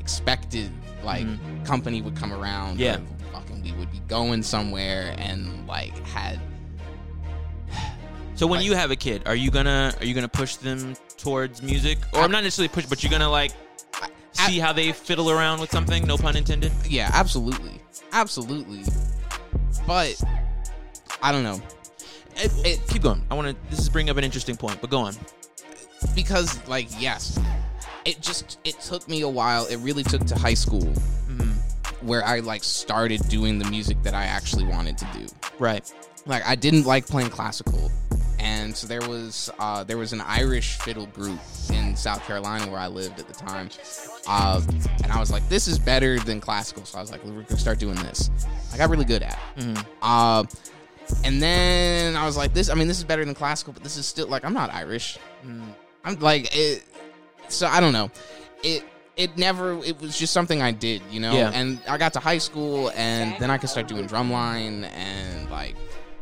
Speaker 1: expected like company would come around
Speaker 2: Mm-hmm. Yeah.
Speaker 1: and fucking we would be going somewhere and like had
Speaker 2: So when
Speaker 1: Like-
Speaker 2: you have a kid, are you gonna are you gonna push them towards music, or I'm not necessarily push, but you're gonna like see how they fiddle around with something? No pun intended.
Speaker 1: Yeah, absolutely, absolutely. But I don't know
Speaker 2: It, it- keep going. I want to. This is bringing up an interesting point, but go on.
Speaker 1: because, like, yes, it just it took me a while. It really took to high school where I like started doing the music that I actually wanted to do.
Speaker 2: Right.
Speaker 1: like I didn't like playing classical, and so there was uh, there was an Irish fiddle group in South Carolina where I lived at the time, uh, and I was like, this is better than classical. So I was like, we're gonna start doing this. I got really good at. It.
Speaker 2: Mm-hmm.
Speaker 1: Uh, and then I was like, this. I mean, this is better than classical, but this is still like I'm not Irish.
Speaker 2: Mm-hmm.
Speaker 1: I'm like it. So I don't know. It it never. It was just something I did, you know.
Speaker 2: Yeah.
Speaker 1: And I got to high school, and then I could start doing drumline and like.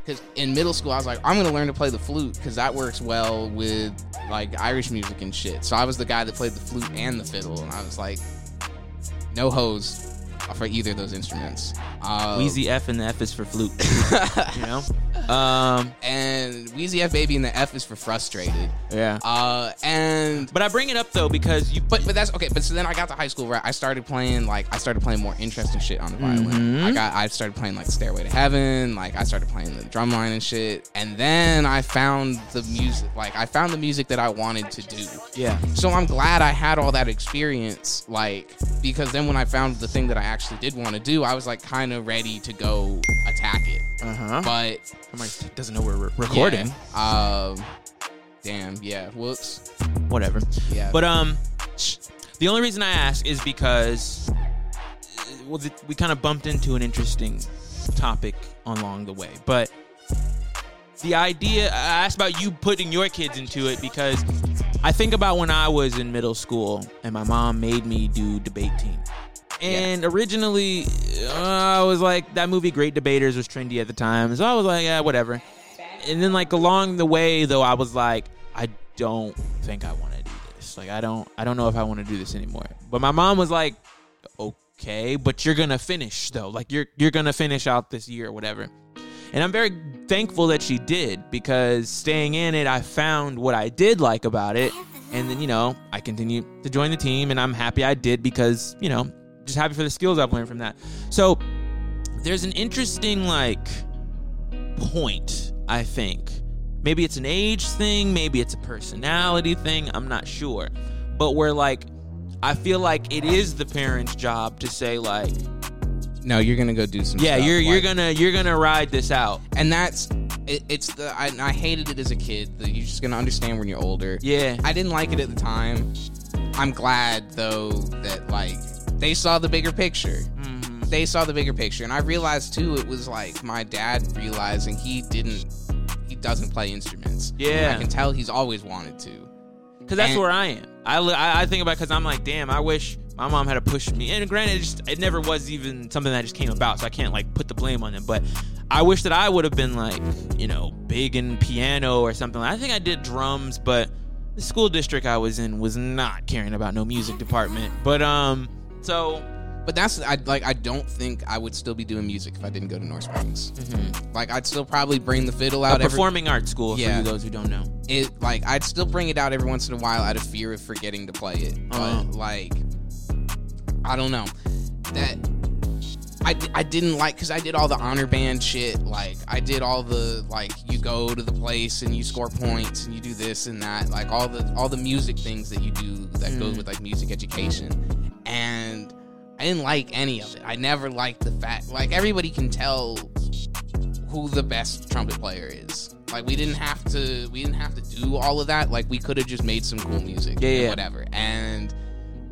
Speaker 1: Because in middle school, I was like, I'm gonna learn to play the flute because that works well with like Irish music and shit. So I was the guy that played the flute and the fiddle, and I was like, no hose for either of those instruments. Uh,
Speaker 2: Wheezy F and the F is for [LAUGHS] flute. you know. Um.
Speaker 1: and Wheezy F baby, and the F is for frustrated.
Speaker 2: Yeah.
Speaker 1: Uh, and
Speaker 2: But I bring it up though because you.
Speaker 1: But but that's okay. But so then I got to high school, right? I started playing like I started playing more interesting shit on the violin. I got I started playing like Stairway to Heaven, like I started playing the drumline and shit. And then I found the music, like I found the music that I wanted to do.
Speaker 2: Yeah.
Speaker 1: So I'm glad I had all that experience, like because then when I found the thing that I actually did want to do, I was like kind of ready to go attack it.
Speaker 2: Uh huh.
Speaker 1: But
Speaker 2: I'm like, doesn't know we're re- recording.
Speaker 1: yeah, um, damn, yeah, whoops,
Speaker 2: Whatever.
Speaker 1: yeah,
Speaker 2: But um, the only reason I ask is because uh, well, th- we kind of bumped into an interesting topic along the way. But the idea I asked about you putting your kids into it because I think about when I was in middle school and my mom made me do debate team. And originally, uh, I was like, that movie Great Debaters was trendy at the time. So I was like, yeah, whatever. And then, like, along the way, though, I was like, I don't think I want to do this. Like, I don't, I don't know if I want to do this anymore. But my mom was like, okay, but you're going to finish, though. Like, you're, you're going to finish out this year or whatever. And I'm very thankful that she did because staying in it, I found what I did like about it. And then, you know, I continued to join the team and I'm happy I did because, you know, just happy for the skills I've learned from that. So there's an interesting, like, point, I think. Maybe it's an age thing, maybe it's a personality thing, I'm not sure. But we're like, I feel like it is the parent's job to say, like,
Speaker 1: no, you're gonna go do some.
Speaker 2: yeah,
Speaker 1: stuff,
Speaker 2: you're you're
Speaker 1: like-
Speaker 2: gonna you're gonna ride this out.
Speaker 1: and that's it, it's the I, I hated it as a kid that you're just gonna understand when you're older
Speaker 2: Yeah.
Speaker 1: i didn't like it at the time i'm glad though that like they saw the bigger picture
Speaker 2: mm-hmm.
Speaker 1: they saw the bigger picture and i realized too it was like my dad realizing he didn't he doesn't play instruments
Speaker 2: Yeah.
Speaker 1: i can tell he's always wanted to
Speaker 2: Cause that's
Speaker 1: And-
Speaker 2: where I am. I, li- I I think about because I'm like, damn, I wish my mom had pushed me. And granted, it just it never was even something that just came about, so I can't like put the blame on them. But I wish that I would have been like, you know, big in piano or something. I think I did drums, but the school district I was in was not caring about no music department. But um, so
Speaker 1: but that's I like I don't think I would still be doing music if I didn't go to North Springs. Like I'd still probably bring the fiddle
Speaker 2: a
Speaker 1: out Mm-hmm. every
Speaker 2: performing arts school
Speaker 1: Yeah.
Speaker 2: for you those who don't know.
Speaker 1: it like I'd still bring it out every once in a while out of fear of forgetting to play it. But
Speaker 2: Uh-huh.
Speaker 1: like I don't know. That I, di- I didn't like because I did all the honor band shit. Like I did all the like you go to the place and you score points and you do this and that. Like all the all the music things that you do that goes
Speaker 2: Mm.
Speaker 1: with like music education. And I didn't like any of it. I never liked the fact like everybody can tell who the best trumpet player is. Like we didn't have to we didn't have to do all of that. Like we could have just made some cool music
Speaker 2: Yeah,
Speaker 1: and
Speaker 2: yeah.
Speaker 1: whatever. And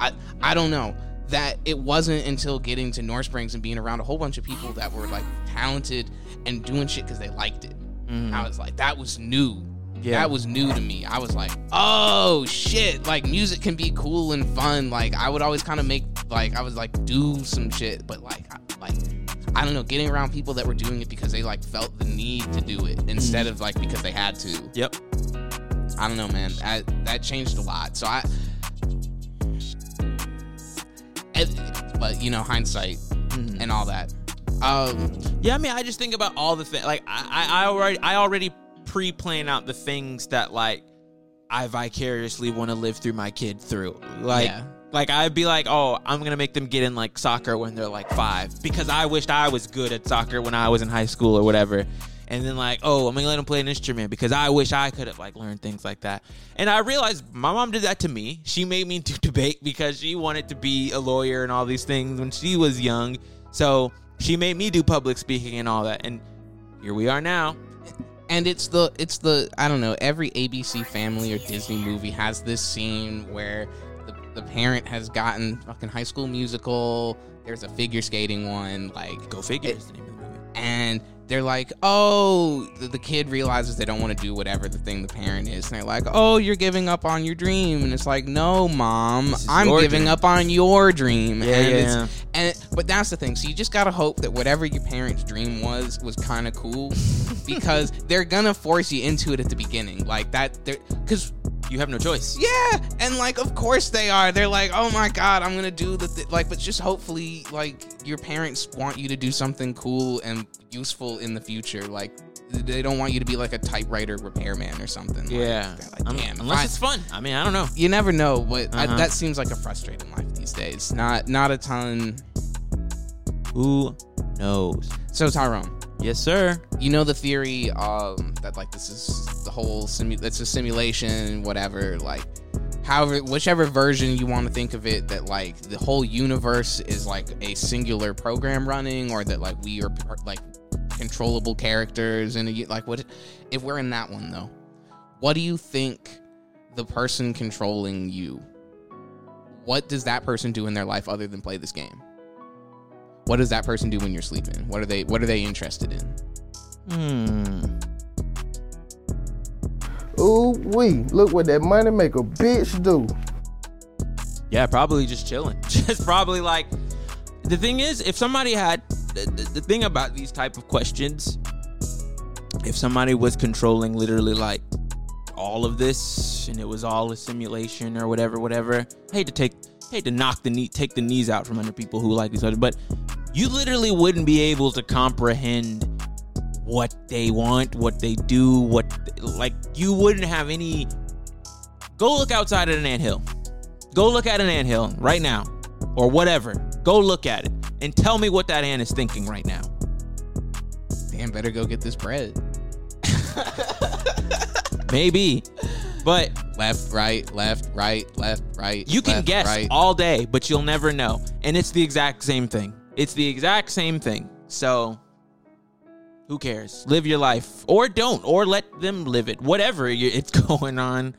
Speaker 1: I I don't know that it wasn't until getting to North Springs and being around a whole bunch of people that were like talented and doing shit because they liked it. I was like, that was new.
Speaker 2: Yeah.
Speaker 1: That was new to me. I was like, oh shit! Like music can be cool and fun. Like I would always kind of make like I was like do some shit, but like I, like I don't know, getting around people that were doing it because they like felt the need to do it instead of like because they had to.
Speaker 2: Mm. Yep.
Speaker 1: I don't know, man. I, that changed a lot. So I, and- but you know, hindsight and all that. Um,
Speaker 2: Yeah, I mean, I just think about all the things. Like, I, I, I already, I already pre-plan out the things that like I vicariously want to live through my kid through. Like,
Speaker 1: Yeah.
Speaker 2: Like I'd be like, oh, I'm gonna make them get in like soccer when they're like five because I wished I was good at soccer when I was in high school or whatever. And then like, oh, I'm gonna let them play an instrument because I wish I could have like learned things like that. And I realized my mom did that to me. She made me do [LAUGHS] debate because she wanted to be a lawyer and all these things when she was young. So she made me do public speaking and all that. And here we are now.
Speaker 1: and it's the it's the I don't know. Every ABC Family or Disney movie has this scene where the, the parent has gotten fucking High School Musical. There's a figure skating one, like
Speaker 2: Go figure.
Speaker 1: It-
Speaker 2: is the name of the movie.
Speaker 1: and they're like, oh, the, the kid realizes they don't want to do whatever the thing the parent is. And they're like, oh, you're giving up on your dream. And it's like, no, mom,
Speaker 2: is
Speaker 1: I'm
Speaker 2: your
Speaker 1: giving
Speaker 2: dream."
Speaker 1: up on your dream.
Speaker 2: Yeah,
Speaker 1: and
Speaker 2: yeah,
Speaker 1: it's-
Speaker 2: yeah.
Speaker 1: And but that's the thing. So you just gotta hope that whatever your parent's dream was was kind of
Speaker 2: [LAUGHS]
Speaker 1: cool, because they're gonna force you into it at the beginning, like that. Because
Speaker 2: You have no choice.
Speaker 1: yeah, and like of course they are. They're like, oh my god, I'm gonna do the th-. like, but just hopefully like your parents want you to do something cool and useful in the future. Like they don't want you to be like a typewriter repairman or something. Like,
Speaker 2: Yeah.
Speaker 1: they're like,
Speaker 2: Um,
Speaker 1: damn, if
Speaker 2: unless
Speaker 1: I-
Speaker 2: it's fun. I mean, I don't know.
Speaker 1: you never know, but I,
Speaker 2: Uh-huh.
Speaker 1: that seems like a frustrating life these days. Not not a ton.
Speaker 2: Who knows?
Speaker 1: So Tyrone,
Speaker 2: Yes, sir.
Speaker 1: you know the theory um, that like this is the whole simu- that's a simulation, whatever. Like, however, whichever version you want to think of it, that like the whole universe is like a singular program running, or that like we are part- like controllable characters, and you- like what if we're in that one though? What do you think the person controlling you? What does that person do in their life other than play this game? What does that person do when you're sleeping? What are they What are they interested in?
Speaker 2: Hmm.
Speaker 6: Ooh wee, look what that money make a bitch do.
Speaker 2: Yeah, probably just chilling. [LAUGHS] Just probably like the thing is, if somebody had the, the, the thing about these type of questions, if somebody was controlling literally like all of this and it was all a simulation or whatever, whatever. I hate to take, hate to knock the knee, take the knees out from under people who like these other, but you literally wouldn't be able to comprehend what they want, what they do, what like you wouldn't have any. Go look outside at an anthill. Go look at an anthill right now, or whatever. Go look at it and tell me what that ant is thinking right now.
Speaker 1: Damn, better go get this bread.
Speaker 2: Maybe, but
Speaker 1: Left, right, left, right, left, right.
Speaker 2: You can
Speaker 1: left,
Speaker 2: guess
Speaker 1: Right.
Speaker 2: all day, but you'll never know. And it's the exact same thing. It's the exact same thing. So who cares? Live your life or don't or let them live it. Whatever you- it's [LAUGHS] going on,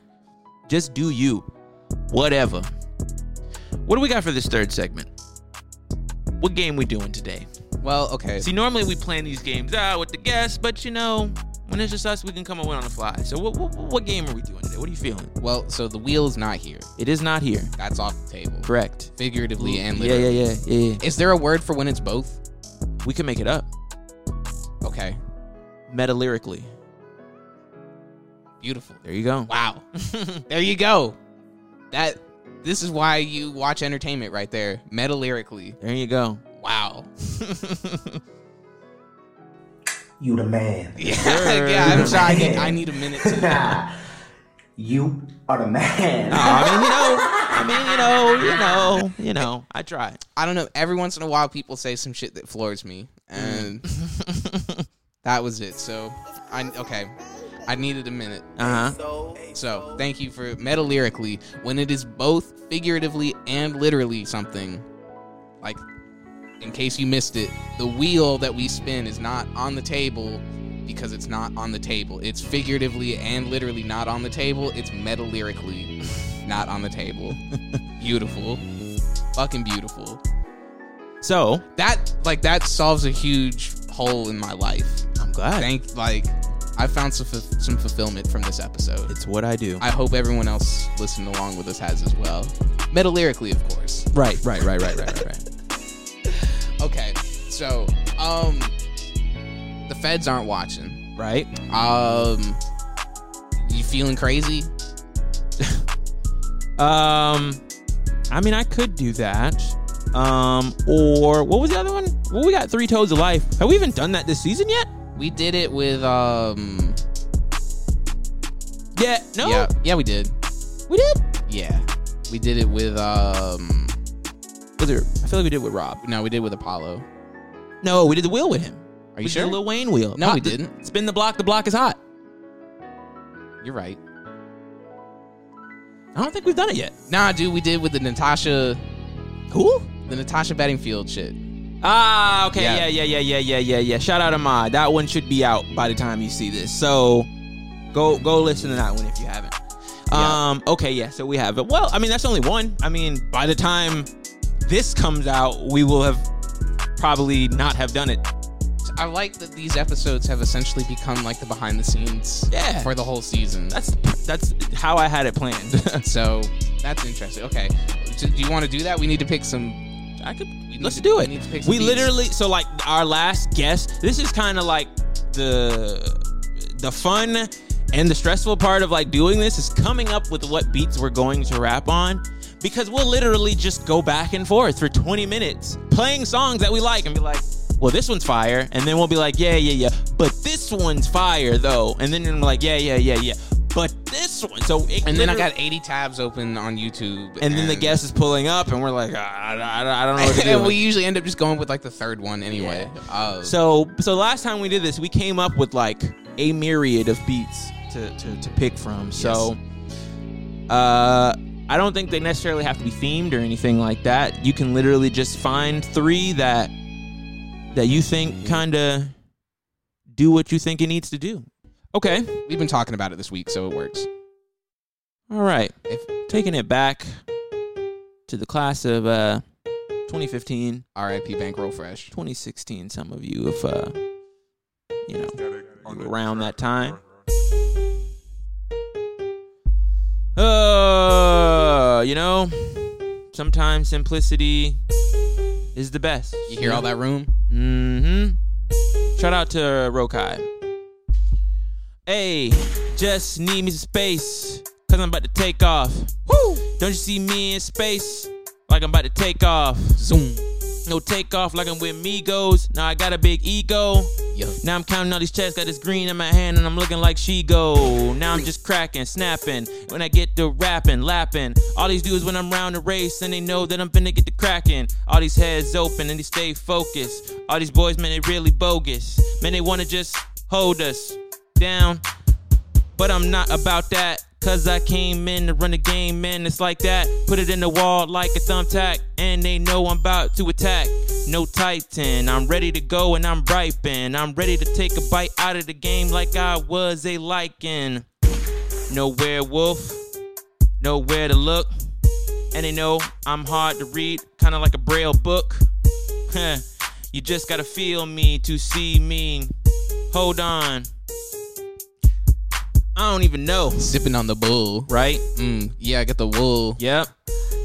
Speaker 2: just do you. Whatever. What do we got for this third segment? What game we doing today?
Speaker 1: well, okay.
Speaker 2: See, normally we plan these games out with the guests, but you know, when it's just us, we can come up with on the fly. So what, what what game are we doing today? What are you feeling?
Speaker 1: well, so the wheel's not here.
Speaker 2: It is not here.
Speaker 1: That's off the table.
Speaker 2: Correct.
Speaker 1: Figuratively and
Speaker 2: Yeah,
Speaker 1: literally.
Speaker 2: yeah, yeah, yeah. yeah.
Speaker 1: Is there a word for when it's both?
Speaker 2: We can make it up
Speaker 1: Okay.
Speaker 2: meta lyrically.
Speaker 1: Beautiful.
Speaker 2: There you go.
Speaker 1: Wow.
Speaker 2: [LAUGHS]
Speaker 1: there you go. That this is why you watch entertainment right there. Meta lyrically.
Speaker 2: There you go.
Speaker 1: Wow. [LAUGHS]
Speaker 3: You the man.
Speaker 2: Sure.
Speaker 1: yeah, I'm sorry. I need,
Speaker 2: [LAUGHS]
Speaker 1: I need a minute to
Speaker 3: [LAUGHS] you are the man.
Speaker 4: Uh-huh.
Speaker 2: I mean, you know, I mean, you know, you know, you know. I try.
Speaker 1: I don't know. Every once in a while, people say some shit that floors me,
Speaker 2: Mm.
Speaker 1: and
Speaker 2: [LAUGHS]
Speaker 1: that was it. So, I okay. I needed a minute.
Speaker 2: Uh huh.
Speaker 1: So, thank you for meta lyrically when it is both figuratively and literally something. Like, in case you missed it, the wheel that we spin is not on the table because it's not on the table. It's figuratively and literally not on the table. It's meta lyrically not on the table. beautiful. Fucking beautiful
Speaker 2: So
Speaker 1: that like that solves a huge hole in my life.
Speaker 2: I'm glad
Speaker 1: Thank like I found some fu- some fulfillment from this episode.
Speaker 2: it's what I do.
Speaker 1: I hope everyone else listening along with us has as well. Meta lyrically, of course.
Speaker 2: right, right, right, right, right, right, right.
Speaker 1: Okay, so um, the feds aren't watching.
Speaker 2: Right.
Speaker 1: Um, you feeling crazy?
Speaker 2: Um, I mean, I could do that. Um, or what was the other one? Well, we got three toes of life. Have we even done that this season yet?
Speaker 1: We did it with um,
Speaker 2: Yeah. No.
Speaker 1: yeah, yeah, we did.
Speaker 2: We did.
Speaker 1: Yeah, We did it with um. Was it? I feel like we did it with Rob. No, we did it with Apollo.
Speaker 2: No, we did the wheel with him.
Speaker 1: Are you
Speaker 2: we
Speaker 1: sure?
Speaker 2: Did the Lil Wayne wheel.
Speaker 1: No,
Speaker 2: Pop
Speaker 1: we
Speaker 2: the-
Speaker 1: didn't.
Speaker 2: Spin the block. The block is hot.
Speaker 1: You're right.
Speaker 2: I don't think we've done it yet.
Speaker 1: Nah, dude, we did with the Natasha,
Speaker 2: Who?
Speaker 1: the Natasha Battingfield shit.
Speaker 2: Ah, okay, yeah,
Speaker 1: Yeah.
Speaker 2: yeah, yeah, yeah, yeah, yeah, yeah. Shout out Ahmad. That one should be out by the time you see this. So go go listen to that one if you haven't.
Speaker 1: Yeah.
Speaker 2: Um, okay, yeah, so we have it. Well, I mean that's only one. I mean, by the time this comes out, we will have probably not have done it.
Speaker 1: I like that these episodes have essentially become like the behind the scenes
Speaker 2: Yeah.
Speaker 1: for the whole season.
Speaker 2: That's that's how I had
Speaker 1: [LAUGHS]
Speaker 2: it planned.
Speaker 1: so that's interesting. Okay, so do you want to do that? We need to pick some.
Speaker 2: I could
Speaker 1: need
Speaker 2: let's
Speaker 1: to-
Speaker 2: do
Speaker 1: we
Speaker 2: it.
Speaker 1: need to pick some
Speaker 2: We
Speaker 1: beats.
Speaker 2: literally so like our last guest. This is kind of like the the fun and the stressful part of like doing this is coming up with what beats we're going to rap on because we'll literally just go back and forth for 20 minutes playing songs that we like and be like well this one's fire and then we'll be like yeah yeah yeah but this one's fire though and then we're like yeah yeah yeah yeah but this one so it
Speaker 1: And then I
Speaker 2: literally-
Speaker 1: got 80 tabs open on YouTube.
Speaker 2: and then the guest is pulling up and we're like I, I, I don't
Speaker 1: [LAUGHS]
Speaker 2: know what to do
Speaker 1: and we usually end up just going with like the third one anyway. Uh,
Speaker 2: So so last time we did this, we came up with like a myriad of beats to to, to pick from. So uh I don't think they necessarily have to be themed or anything like that. You can literally just find three that that you think kind of do what you think it needs to do. Okay.
Speaker 1: we've been talking about it this week, so it works.
Speaker 2: All right.
Speaker 1: If,
Speaker 2: Taking it back to the class of uh 2015,
Speaker 1: R.I.P. Bankroll Fresh.
Speaker 2: 2016 some of you if uh you know around that time. Uh, you know, sometimes simplicity is the best.
Speaker 1: You hear all that room?
Speaker 2: Mm-hmm. Shout out to Rokai. Hey, just need me some space, cause I'm about to take off. Woo! Don't you see me in space, like I'm about to take off.
Speaker 1: Zoom.
Speaker 2: No take off, like I'm with Migos. Now I got a big ego.
Speaker 1: Yeah.
Speaker 2: Now I'm counting all these checks, got this green in my hand, and I'm looking like she go. Now I'm just cracking, snapping. When I get to rapping, lapping. All these dudes when I'm round the race, and they know that I'm finna get the cracking. All these heads open, and they stay focused. All these boys, man, they really bogus. Man, they wanna just hold us down. But I'm not about that. Cause I came in to run the game, man. It's like that. Put it in the wall like a thumbtack. And they know I'm about to attack. No Titan. I'm ready to go and I'm ripen. I'm ready to take a bite out of the game like I was a lichen. No werewolf. Nowhere to look. And they know I'm hard to read, kinda like a braille book. you just gotta feel me to see me. Hold on. I don't even know
Speaker 1: Sipping on the bull.
Speaker 2: right?
Speaker 1: Mm, yeah, I got the wool.
Speaker 2: Yep.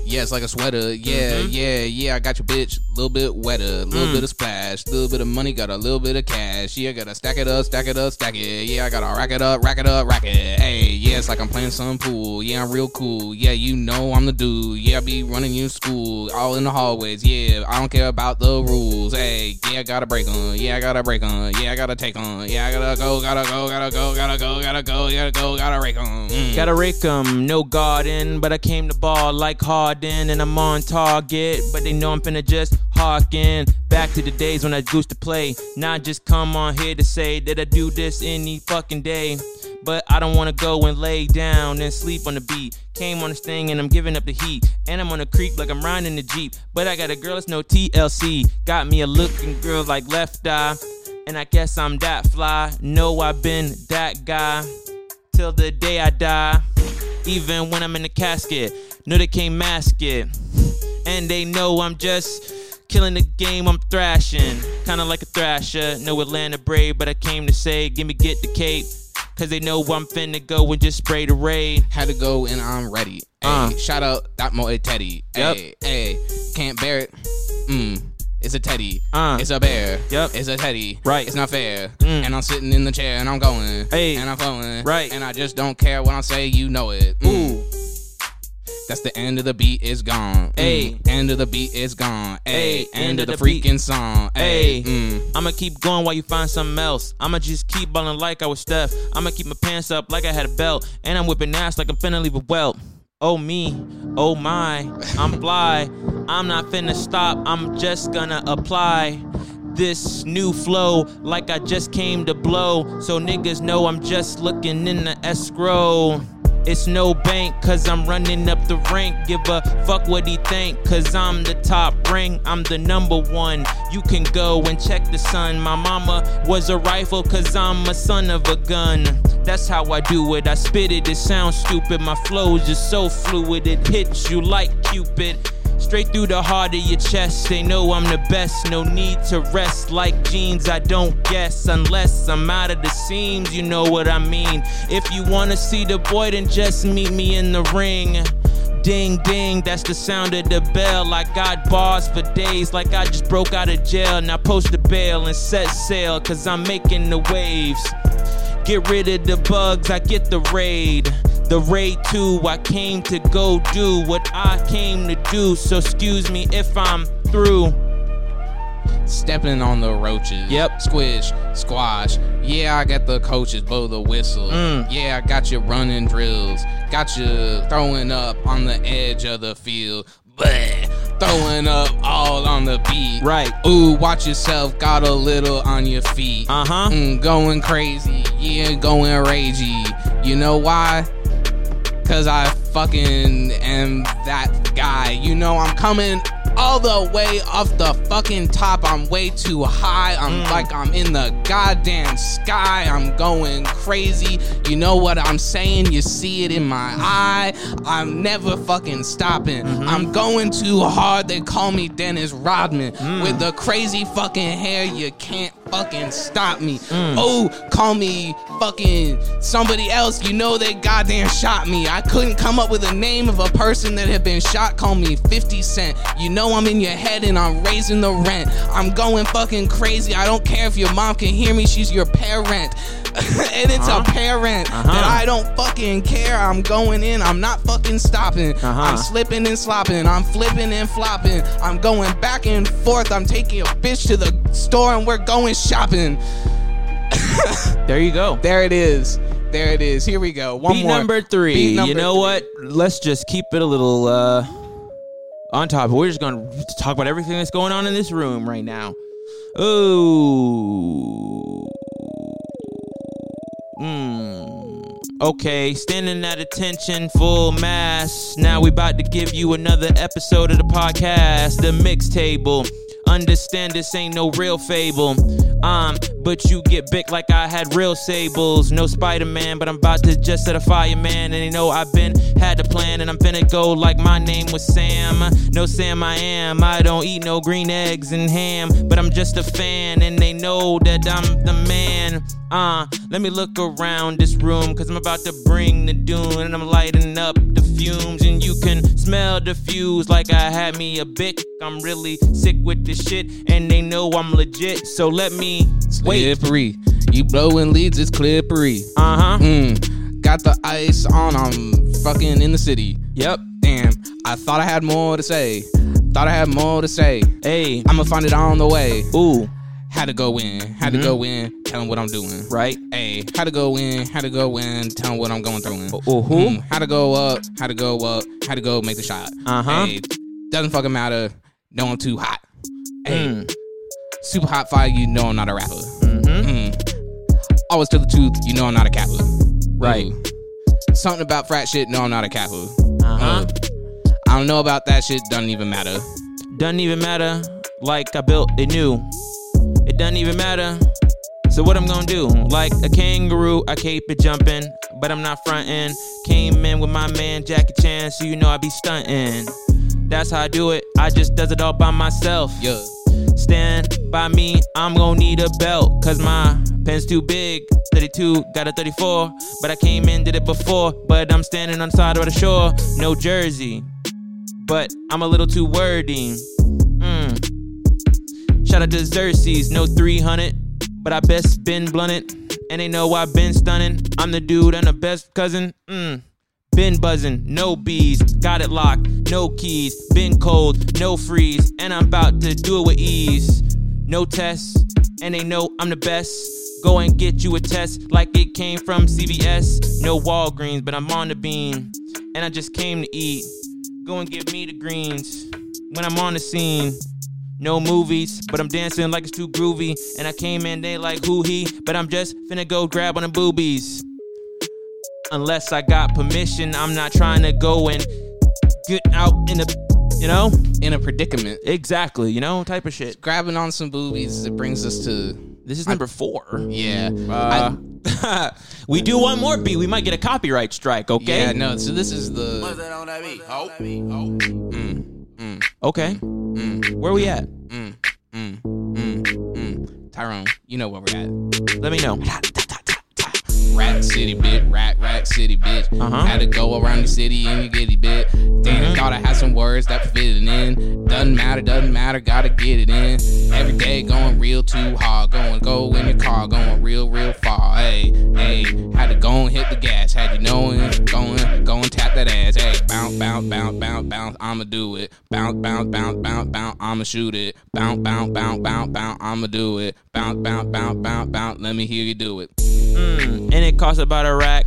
Speaker 1: Yeah, it's like a sweater. Yeah, yeah, yeah. I got your bitch. Little bit wetter. Little bit of splash. Little bit of money. Got a little bit of cash. Yeah, gotta stack it up, stack it up, stack it. Yeah, I gotta rack it up, rack it up, rack it. Hey, yeah, it's like I'm playing some pool. Yeah, I'm real cool. Yeah, you know I'm the dude. Yeah, I be running you school. All in the hallways. Yeah, I don't care about the rules. Hey, yeah, I gotta break on. Yeah, I gotta break on. Yeah, I gotta take on. Yeah, I gotta go, gotta go, gotta go, gotta go, gotta go, gotta go, gotta rake on. Mm.
Speaker 2: Gotta rake 'em, no garden, but I came to ball like Harden, and I'm on target. But they know I'm finna just hawk in. Back to the days when I used to play. Not just come on here to say that I do this any fucking day. But I don't wanna go and lay down and sleep on the beat. Came on this thing and I'm giving up the heat. And I'm on a creek like I'm riding the Jeep. But I got a girl that's no TLC. Got me a looking girl like left eye. And I guess I'm that fly. Know I've been that guy till the day I die. Even when I'm in the casket, no, they can't mask it. And they know I'm just killing the game, I'm thrashing. Kinda like a thrasher, no Atlanta brave, but I came to say, gimme get the cape. Cause they know I'm finna go and just spray the raid.
Speaker 1: Had to go and I'm ready. Ay,
Speaker 2: Uh.
Speaker 1: Shout out that Moe Teddy.
Speaker 2: Yep.
Speaker 1: Hey, hey, can't bear it. Mm. It's a teddy.
Speaker 2: Uh.
Speaker 1: It's a bear.
Speaker 2: Yep.
Speaker 1: It's a teddy.
Speaker 2: Right.
Speaker 1: It's not fair.
Speaker 2: Mm.
Speaker 1: And I'm sitting in the chair and I'm going.
Speaker 2: Hey.
Speaker 1: And I'm flowing.
Speaker 2: Right.
Speaker 1: And I just don't care what I say. You know it. Mm.
Speaker 2: Ooh,
Speaker 1: That's the end of the beat is gone.
Speaker 2: Ay.
Speaker 1: Mm. End of the beat is gone. Hey.
Speaker 2: Ay,
Speaker 1: End, of the,
Speaker 2: beat.
Speaker 1: freaking song.
Speaker 2: hey,
Speaker 1: Hey. Mm.
Speaker 2: I'ma keep going while you find something else. I'ma just keep ballin' like I was Steph. I'ma keep my pants up like I had a belt. And I'm whipping ass like I'm finna leave a welt. Oh me, oh my, I'm fly. I'm not finna stop, I'm just gonna apply this new flow like I just came to blow. So niggas know I'm just looking in the escrow. It's no bank, cause I'm running up the rank. Give a fuck what he think, cause I'm the top ring. I'm the number one. You can go and check the sun. My mama was a rifle, cause I'm a son of a gun. That's how I do it. I spit it, it sounds stupid. My flow is just so fluid, it hits you like Cupid. Straight through the heart of your chest, they know I'm the best. No need to rest like jeans, I don't guess. Unless I'm out of the seams, you know what I mean. If you wanna see the boy, then just meet me in the ring. Ding ding, that's the sound of the bell. I got bars for days, like I just broke out of jail. Now post the bail and set sail, cause I'm making the waves. Get rid of the bugs, I get the raid. The raid 2, I came to go do what I came to do. So excuse me if I'm through.
Speaker 1: stepping on the roaches.
Speaker 2: Yep.
Speaker 1: Squish, squash. Yeah, I got the coaches blow the whistle.
Speaker 2: Mm.
Speaker 1: Yeah, I got you running drills. Got you throwing up on the edge of the field. Bleh. Throwing up all on the beat.
Speaker 2: Right.
Speaker 1: Ooh, watch yourself. Got a little on your feet.
Speaker 2: Uh-huh.
Speaker 1: Mm, going crazy. Yeah, going ragey. You know why? Cause I fucking am that guy. You know, I'm coming all the way off the fucking top. I'm way too high. I'm like I'm in the goddamn sky. I'm going crazy. You know what I'm saying? You see it in my eye. I'm never fucking stopping. I'm going too hard. They call me Dennis Rodman. With the crazy fucking hair, you can't fucking stop me. Oh, call me fucking somebody else. You know they goddamn shot me. I couldn't come up with a name of a person that had been shot. Call me 50 Cent. You know I'm in your head and I'm raising the rent. I'm going fucking crazy. I don't care if your mom can hear me. She's your parent. [LAUGHS] and it's a parent that I don't fucking care. I'm going in. I'm not fucking stopping.
Speaker 2: Uh-huh.
Speaker 1: I'm slipping and slopping. I'm flipping and flopping. I'm going back and forth. I'm taking a bitch to the store and we're going shopping.
Speaker 2: There you go.
Speaker 1: There it is. There it is. Here we go. One
Speaker 2: Beat
Speaker 1: more.
Speaker 2: number three.
Speaker 1: Beat number
Speaker 2: you know
Speaker 1: three.
Speaker 2: what? Let's just keep it a little uh on top. We're just gonna talk about everything that's going on in this room right now. Ooh. Mm. Okay, standing at attention, full mass. Now we about to give you another episode of the podcast, the mix table. Understand this ain't no real fable. Um, but you get big like I had real sables. No Spider Man, but I'm about to just set a fireman. And you know I've been had a plan, and I'm finna go like my name was Sam. No Sam, I am. I don't eat no green eggs and ham, but I'm just a fan, and they know that I'm the man. Uh, let me look around this room, cause I'm about to bring the doom, and I'm lighting up the fumes, and you can smell the fuse like I had me a bit. I'm really sick with this shit, and they know I'm legit, so let me wait.
Speaker 1: Slippery. You blowing leads, it's clippery.
Speaker 2: Uh huh.
Speaker 1: Mm. Got the ice on. I'm fucking in the city.
Speaker 2: Yep.
Speaker 1: Damn. I thought I had more to say. Thought I had more to say.
Speaker 2: Hey.
Speaker 1: I'ma find it on the way.
Speaker 2: Ooh.
Speaker 1: Had to go in. Had to go in. Tell 'em what I'm doing.
Speaker 2: Mm-hmm. Right.
Speaker 1: Hey, how to go in, how to go in, tell 'em what I'm going through. in. Hmm,
Speaker 2: oh, who?
Speaker 1: how to go up, how to go up, how to go make the shot.
Speaker 2: Uh-huh.
Speaker 1: Hey, doesn't fucking matter. No, I'm too hot. Hey,
Speaker 2: Hmm.
Speaker 1: super hot fire, you know I'm not a rapper.
Speaker 2: Mm-hmm.
Speaker 1: Mm. Always tell the truth, you know I'm not a capper.
Speaker 2: Right.
Speaker 1: Ooh. Something about frat shit, no, I'm not a capper.
Speaker 2: Uh huh.
Speaker 1: I don't know about that shit, doesn't even matter.
Speaker 2: Doesn't even matter. Like I built it new. It doesn't even matter. So what I'm gonna do? Like a kangaroo, I keep it jumping, but I'm not frontin'. Came in with my man Jackie Chan, so you know I be stuntin'. That's how I do it. I just does it all by myself.
Speaker 1: Yeah.
Speaker 2: Stand by me, I'm gonna need a belt. Cause my pen's too big. 32, got a 34. But I came in, did it before. But I'm standing on the side of the shore. No jersey. But I'm a little too wordy. Mm. Shout out to Xerxes, no 300. But I best been blunted. And they know I've been stunning. I'm the dude and the best cousin. Mm. Been buzzing, no bees, got it locked, no keys. Been cold, no freeze, and I'm about to do it with ease. No tests, and they know I'm the best. Go and get you a test like it came from CVS. No Walgreens, but I'm on the beam. and I just came to eat. Go and give me the greens when I'm on the scene. No movies, but I'm dancing like it's too groovy. And I came in, they like who he, but I'm just finna go grab on the boobies. Unless I got permission, I'm not trying to go and get out in the, you know?
Speaker 1: in a predicament.
Speaker 2: Exactly, you know, type of shit.
Speaker 1: Grabbing on some boobies, it brings us to
Speaker 2: This is number four.
Speaker 1: yeah.
Speaker 2: Uh,
Speaker 1: I-
Speaker 2: [LAUGHS] we do one more beat, we might get a copyright strike, okay?
Speaker 1: yeah, no. So this is
Speaker 4: What's
Speaker 1: the
Speaker 4: that on that beat?
Speaker 2: Okay.
Speaker 1: Mm.
Speaker 2: Where we at?
Speaker 1: mm. Tyrone. You know where we're at.
Speaker 2: Let me know.
Speaker 1: Rat city, bitch. Rat, rat city, bitch.
Speaker 2: Uh-huh.
Speaker 1: Had to go around the city and you get it, bitch. Damn, thought I had some words that fitted in. Doesn't matter, doesn't matter. Gotta get it in. Every day going real too hard. Going, go in your car. Going real, real far. Hey, hey. Had to go and hit the gas. Had you knowing, going, go and tap that ass. Hey, bounce, bounce, bounce, bounce, bounce. I'ma do it. Bounce, bounce, bounce, bounce, bounce. I'ma shoot it. Bounce, bounce, bounce, bounce, bounce. I'ma do it. Bounce, bounce, bounce, bounce, bounce. Let me hear you do it.
Speaker 2: and it costs about a rack.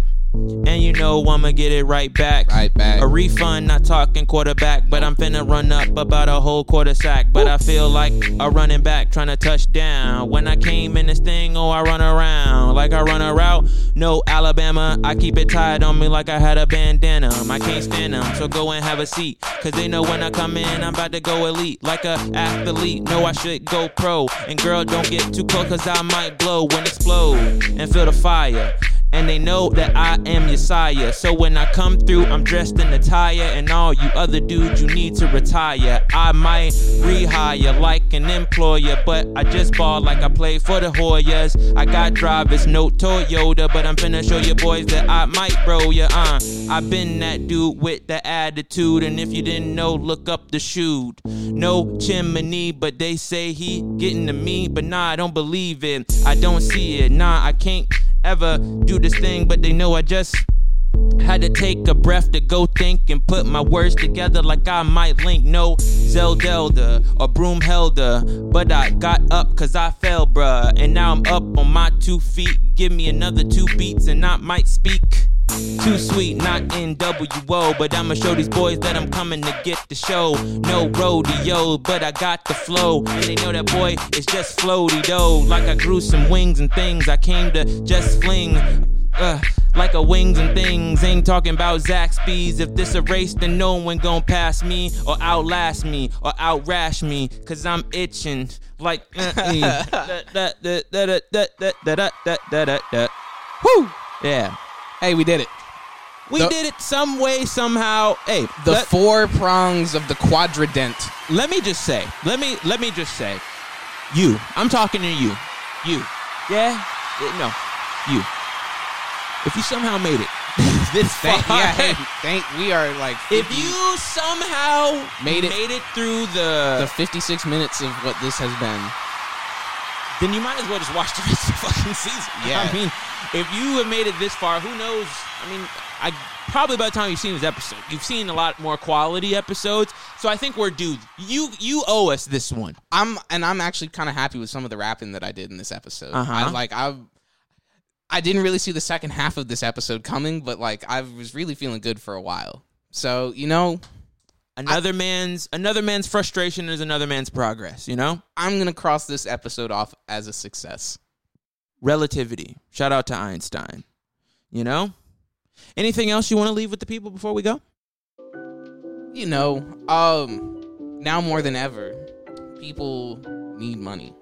Speaker 2: And you know I'ma get it right back.
Speaker 1: Right back.
Speaker 2: A refund, not talking quarterback, but I'm finna run up about a whole quarter sack. But I feel like a running back trying to touch down. When I came in this thing, oh I run around like I run a route. No Alabama, I keep it tied on me like I had a bandana. I can't stand them, so go and have a seat. Cause they know when I come in, I'm about to go elite like a athlete. No, I should go pro. And girl, don't get too close cause I might blow and explode and feel the fire. And they know that I am your sire. So when I come through, I'm dressed in attire. And all you other dudes, you need to retire. I might rehire like an employer, but I just ball like I play for the Hoyas. I got drivers, no Toyota, but I'm finna show you boys that I might bro ya. Uh, i been that dude with the attitude. And if you didn't know, look up the shoot. No chimney, but they say he getting to me. But nah, I don't believe it. I don't see it. Nah, I can't ever do this thing, but they know I just had to take a breath to go think and put my words together like I might link no Zeldelda or Broomhelda. But I got up cause I fell, bruh. And now I'm up on my two feet. Give me another two beats and I might speak. Too sweet, not NWO, but I'ma show these boys that I'm coming to get the show. No rodeo, but I got the flow. And they know that boy is just floaty though. Like I grew some wings and things, I came to just fling. Uh, like a wings and things. Ain't talking about Zaxby's. If this a race, then no one gon' pass me or outlast me or outrash me. Cause I'm itching like.
Speaker 1: [LAUGHS]
Speaker 2: uh, eh. Da- da- da- da- da- da- da- da- da- da- da- da- da. Woo! Yeah.
Speaker 1: Hey, we did it.
Speaker 2: We
Speaker 1: The-
Speaker 2: did it some way, somehow. Hey,
Speaker 1: The
Speaker 2: let,
Speaker 1: four prongs of the quadradent.
Speaker 2: let me just say, let me let me just say, you. I'm talking to you. You. Yeah? Eh, No. You. If you somehow made it [LAUGHS] this far,
Speaker 1: Thank, yeah, hey, thank. We are like
Speaker 2: if you somehow
Speaker 1: Made it-
Speaker 2: made it through
Speaker 1: uh, the
Speaker 2: the,
Speaker 1: 56 minutes of what this has been.
Speaker 2: then you might as well just watch the [LAUGHS] rest of the fucking season. [LAUGHS]
Speaker 1: Yeah.
Speaker 2: I mean, if you have made it this far, who knows? I mean, I probably by the time you've seen this episode, you've seen a lot more quality episodes. So I think we're due. You you owe us this one.
Speaker 1: I'm and I'm actually kind of happy with some of the rapping that I did in this episode.
Speaker 2: Uh-huh.
Speaker 1: I like I I didn't really see the second half of this episode coming, but like I was really feeling good for a while. So, you know,
Speaker 2: Another man's another man's frustration is another man's progress. You know,
Speaker 1: I'm going to cross this episode off as a success.
Speaker 2: relativity. Shout out to Einstein. You know, anything else you want to leave with the people before we go?
Speaker 1: You know, um now more than ever, people need money.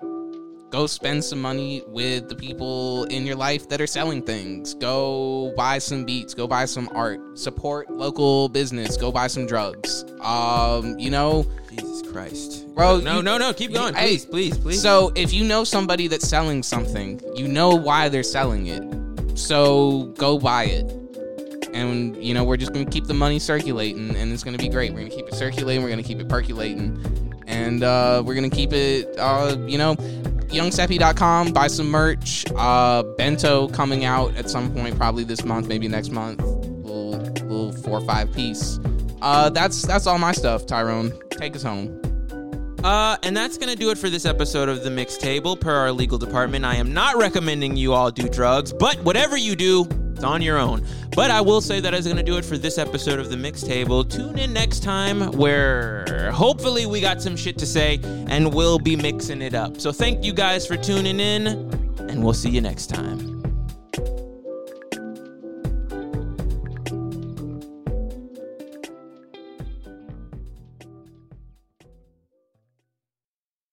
Speaker 1: Go spend some money with the people in your life that are selling things. Go buy some beats. Go buy some art. Support local business. Go buy some drugs. Um, you know,
Speaker 2: Jesus Christ.
Speaker 1: Bro,
Speaker 2: no,
Speaker 1: you-
Speaker 2: no, no. Keep going.
Speaker 1: Hey,
Speaker 2: please, please, please.
Speaker 1: So if you know somebody that's selling something, you know why they're selling it. So go buy it. And you know, we're just gonna keep the money circulating and it's gonna be great. We're gonna keep it circulating, we're gonna keep it percolating, and uh, we're gonna keep it uh, you know, youngseppy.com, buy some merch. Uh, bento coming out at some point, probably this month, maybe next month. Little little four or five piece. Uh, that's that's all my stuff, Tyrone. Take us home.
Speaker 2: Uh, and that's gonna do it for this episode of the Mix Table. Per our legal department, I am not recommending you all do drugs, but whatever you do, It's on your own. But I will say that is going to do it for this episode of The Mixtable. Tune in next time where hopefully we got some shit to say and we'll be mixing it up. So thank you guys for tuning in and we'll see you next time.